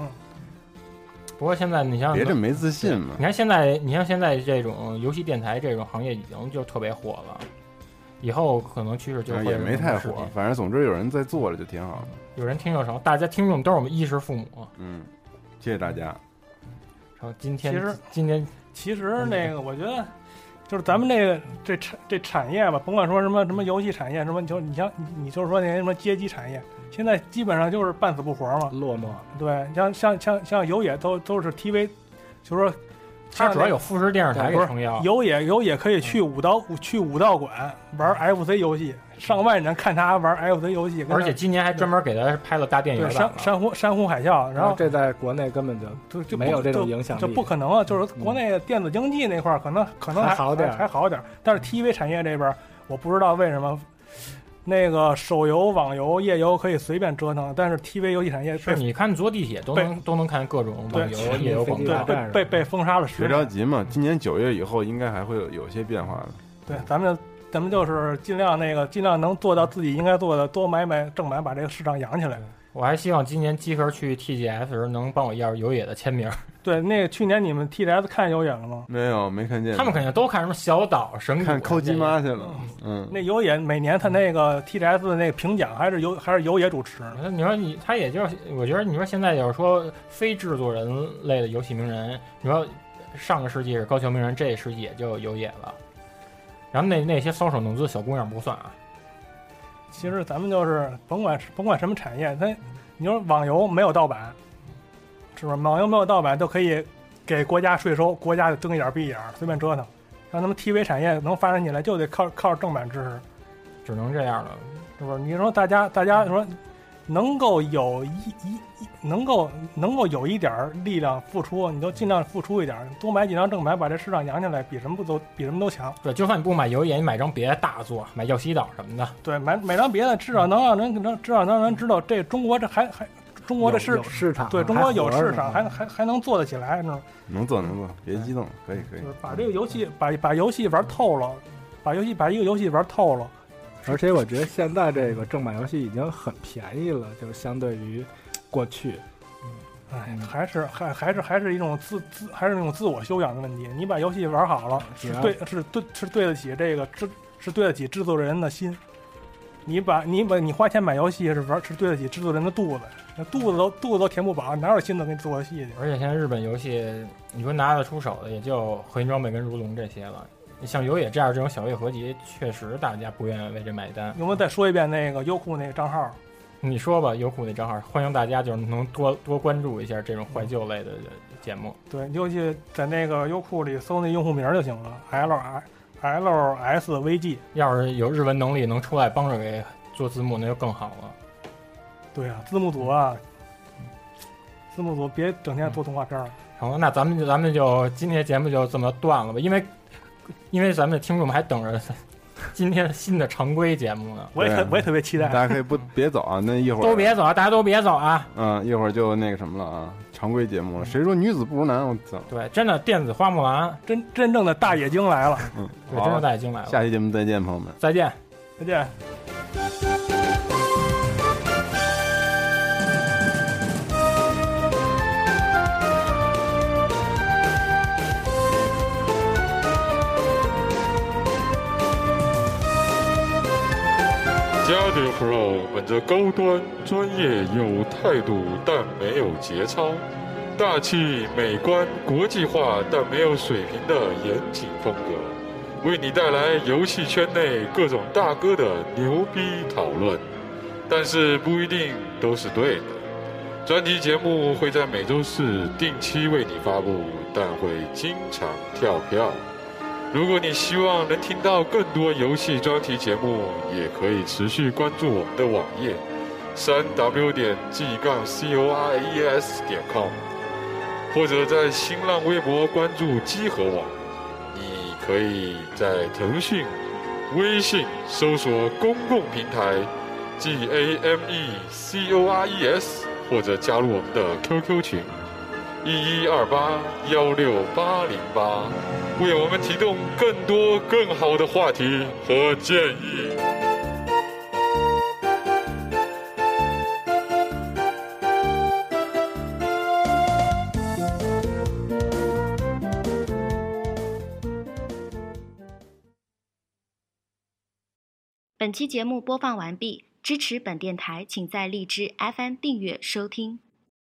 Speaker 3: 不过现在你像
Speaker 6: 别这么没自信嘛
Speaker 3: 你。看现在，你像现在这种游戏电台这种行业已经就特别火了，以后可能趋势就
Speaker 6: 啊
Speaker 3: 会
Speaker 6: 也没太
Speaker 3: 是这种
Speaker 6: 火
Speaker 3: 视，频
Speaker 6: 反正总之有人在做了就挺好的。
Speaker 3: 有人听就少，大家听众都是我们衣食父母。
Speaker 6: 嗯，谢谢大家。
Speaker 3: 然后今天
Speaker 4: 其实
Speaker 3: 今天
Speaker 4: 其
Speaker 3: 嗯
Speaker 4: 实那个我觉得。就是咱们这个这产这产业吧，甭管说什么什么游戏产业，什么你就你像你你就是说那些什么街机产业，现在基本上就是半死不活嘛。
Speaker 3: 嗯
Speaker 5: 落寞。
Speaker 4: 对，像像像像有野都都是 TV，就是说
Speaker 3: 他主要有富士电视台给
Speaker 4: 不是
Speaker 3: 撑
Speaker 5: 啊
Speaker 3: 腰，
Speaker 4: 有野有野可以去武道去武道馆
Speaker 5: 嗯
Speaker 4: 玩 FC 游戏，上万人看他玩 FC 游戏，跟他
Speaker 3: 而且今年还专门给他拍了大电影
Speaker 4: 对
Speaker 3: 版
Speaker 4: 山
Speaker 3: 了。
Speaker 4: 山呼山呼海啸，然后
Speaker 5: 这在国内根本就
Speaker 4: 就就不
Speaker 5: 没有这种影响力嗯
Speaker 4: 就不可能啊！就是国内电子经济那块儿，可能可能
Speaker 5: 还好点儿嗯
Speaker 4: 还还好点儿，但是 TV 产业这边儿，我不知道为什么。那个手游、网游、页游可以随便折腾，但是 TV 游戏产业
Speaker 3: 是
Speaker 4: 被
Speaker 3: 你看坐地铁都能都能看各种
Speaker 4: 对
Speaker 3: 网游、夜游广
Speaker 5: 飞机
Speaker 3: 告
Speaker 5: 大。
Speaker 4: 对
Speaker 5: 战
Speaker 4: 被被被封杀了十
Speaker 6: 别
Speaker 4: 年。
Speaker 6: 着急嘛，今年九月以后应该还会有有些变化的。
Speaker 4: 对，咱们咱们就是尽量那个，尽量能做到自己应该做的，多买买正买，把这个市场养起来。
Speaker 3: 我还希望今年机壳去 TGS 时候能帮我要有野的签名，
Speaker 4: 对，那个去年你们 TDS 看有野了吗？
Speaker 6: 没有，没看见。
Speaker 3: 他们肯定都看什么小岛、神谷
Speaker 6: <laughs>
Speaker 3: 啊
Speaker 6: 看抠
Speaker 3: 这
Speaker 6: 鸡妈去了。嗯，
Speaker 4: 那有野每年他那个 TDS 的那个评奖还是有还是有野主持，
Speaker 3: 那你说你他也就是，我觉得你说现在就是说非制作人类的游戏名人，你说上个世纪是高桥名人，这个世纪也就有野了。然后那那些搔首弄姿的小姑娘不算啊，
Speaker 4: 其实咱们就是甭管甭管什么产业，它你说网游没有盗版，是不是？网游没有盗版都可以给国家税收，国家就睁一眼闭一眼，随便折腾。让他们 TV 产业能发展起来，就得靠靠正版支持。
Speaker 3: 只能这样了。
Speaker 4: 是不是？你说大家，大家说能够有一一一能够能够有一点儿力量付出，你就尽量付出一点儿，多买几张正版，把这市场养起来，比什么不都比什么都强。
Speaker 3: 对，就算你不买有野，你买张别的大作，买耀西岛什么的，
Speaker 4: 对，买买张别的，至少能让人能至少能让人知道这中国这还还中国这
Speaker 5: 有
Speaker 4: 市
Speaker 5: 有市场，
Speaker 4: 对中国有
Speaker 5: 还活着
Speaker 4: 市
Speaker 5: 呢嗯
Speaker 4: 场，还还还能做得起来，呢。
Speaker 6: 能做能做，别激动，可以可以
Speaker 4: 哎
Speaker 6: 嗯
Speaker 4: 就是。
Speaker 5: 嗯
Speaker 4: 把这个游戏把把游戏玩透了，把游戏把一个游戏玩透了。
Speaker 5: 而且我觉得现在这个正版游戏已经很便宜了，就是相对于过去，
Speaker 4: 哎，
Speaker 5: 嗯
Speaker 4: 还是还还是还是一种自自还是那种自我修养的问题。你把游戏玩好了，
Speaker 5: 只
Speaker 4: 是
Speaker 6: 啊
Speaker 5: 要
Speaker 4: 对是对是对得起这个制是对得起制作人的心。你把你把你花钱买游戏是玩是对得起制作人的肚子，那肚子都肚子都填不饱，哪有心思给你做游戏去？
Speaker 3: 而且现在日本游戏，你说拿得出手的也就合金装备跟如龙这些了。你像有野这样这种小月合集，确实大家不愿意为这买单。
Speaker 4: 有没有再说一遍那个优酷那个账号？
Speaker 3: 你说吧，优酷那账号，欢迎大家就是能多多关注一下这种怀旧类的节目。
Speaker 4: 对，你就去在那个优酷里搜那用户名儿就行了，L I L S V G。
Speaker 3: 要是有日文能力能出来帮着给做字幕，那就更好了。
Speaker 4: 对啊，字幕组啊，字幕组别整天做动画片儿了。
Speaker 3: 好，那咱们就咱们就今天节目就这么断了吧，因为因为咱们的听众们还等着 <laughs> 今天新的常规节目呢。
Speaker 4: 我也特
Speaker 6: 对啊
Speaker 4: 我也特别期
Speaker 6: 大
Speaker 4: 待。
Speaker 6: 家可
Speaker 4: <laughs>
Speaker 6: 以不别走啊，那一会儿
Speaker 3: 都别走啊，大家都别走啊！
Speaker 6: 嗯，一会儿就那个什么了啊，常规节目了。谁说女子不如男？我操！
Speaker 3: 对，真的电子花木兰，
Speaker 4: 真真正的大野精来了，
Speaker 6: 嗯，
Speaker 3: 对，真
Speaker 6: 好
Speaker 3: 的，大已经来了。
Speaker 6: 下期节目再见，朋友们。
Speaker 3: 再见。
Speaker 4: 再见。
Speaker 2: 「
Speaker 7: Pro 本着高端、专业、有态度，但没有节操；大气、美观、国际化，但没有水平的严谨风格，为你带来游戏圈内各种大哥的牛逼讨论，但是不一定都是对的。专题节目会在每周四定期为你发布，但会经常跳票。如果你希望能听到更多游戏专题节目，也可以持续关注我们的网页，三 w 点 g 杠 c o r e s 点 com，或者在新浪微博关注机核网。你可以在腾讯、微信搜索公共平台 G A M E C O R E S，或者加入我们的 QQ 群一一二八幺六八零八。为我们提供更多更好的话题和建议。
Speaker 8: 本期节目播放完毕，支持本电台，请在荔枝 FM 订阅收听。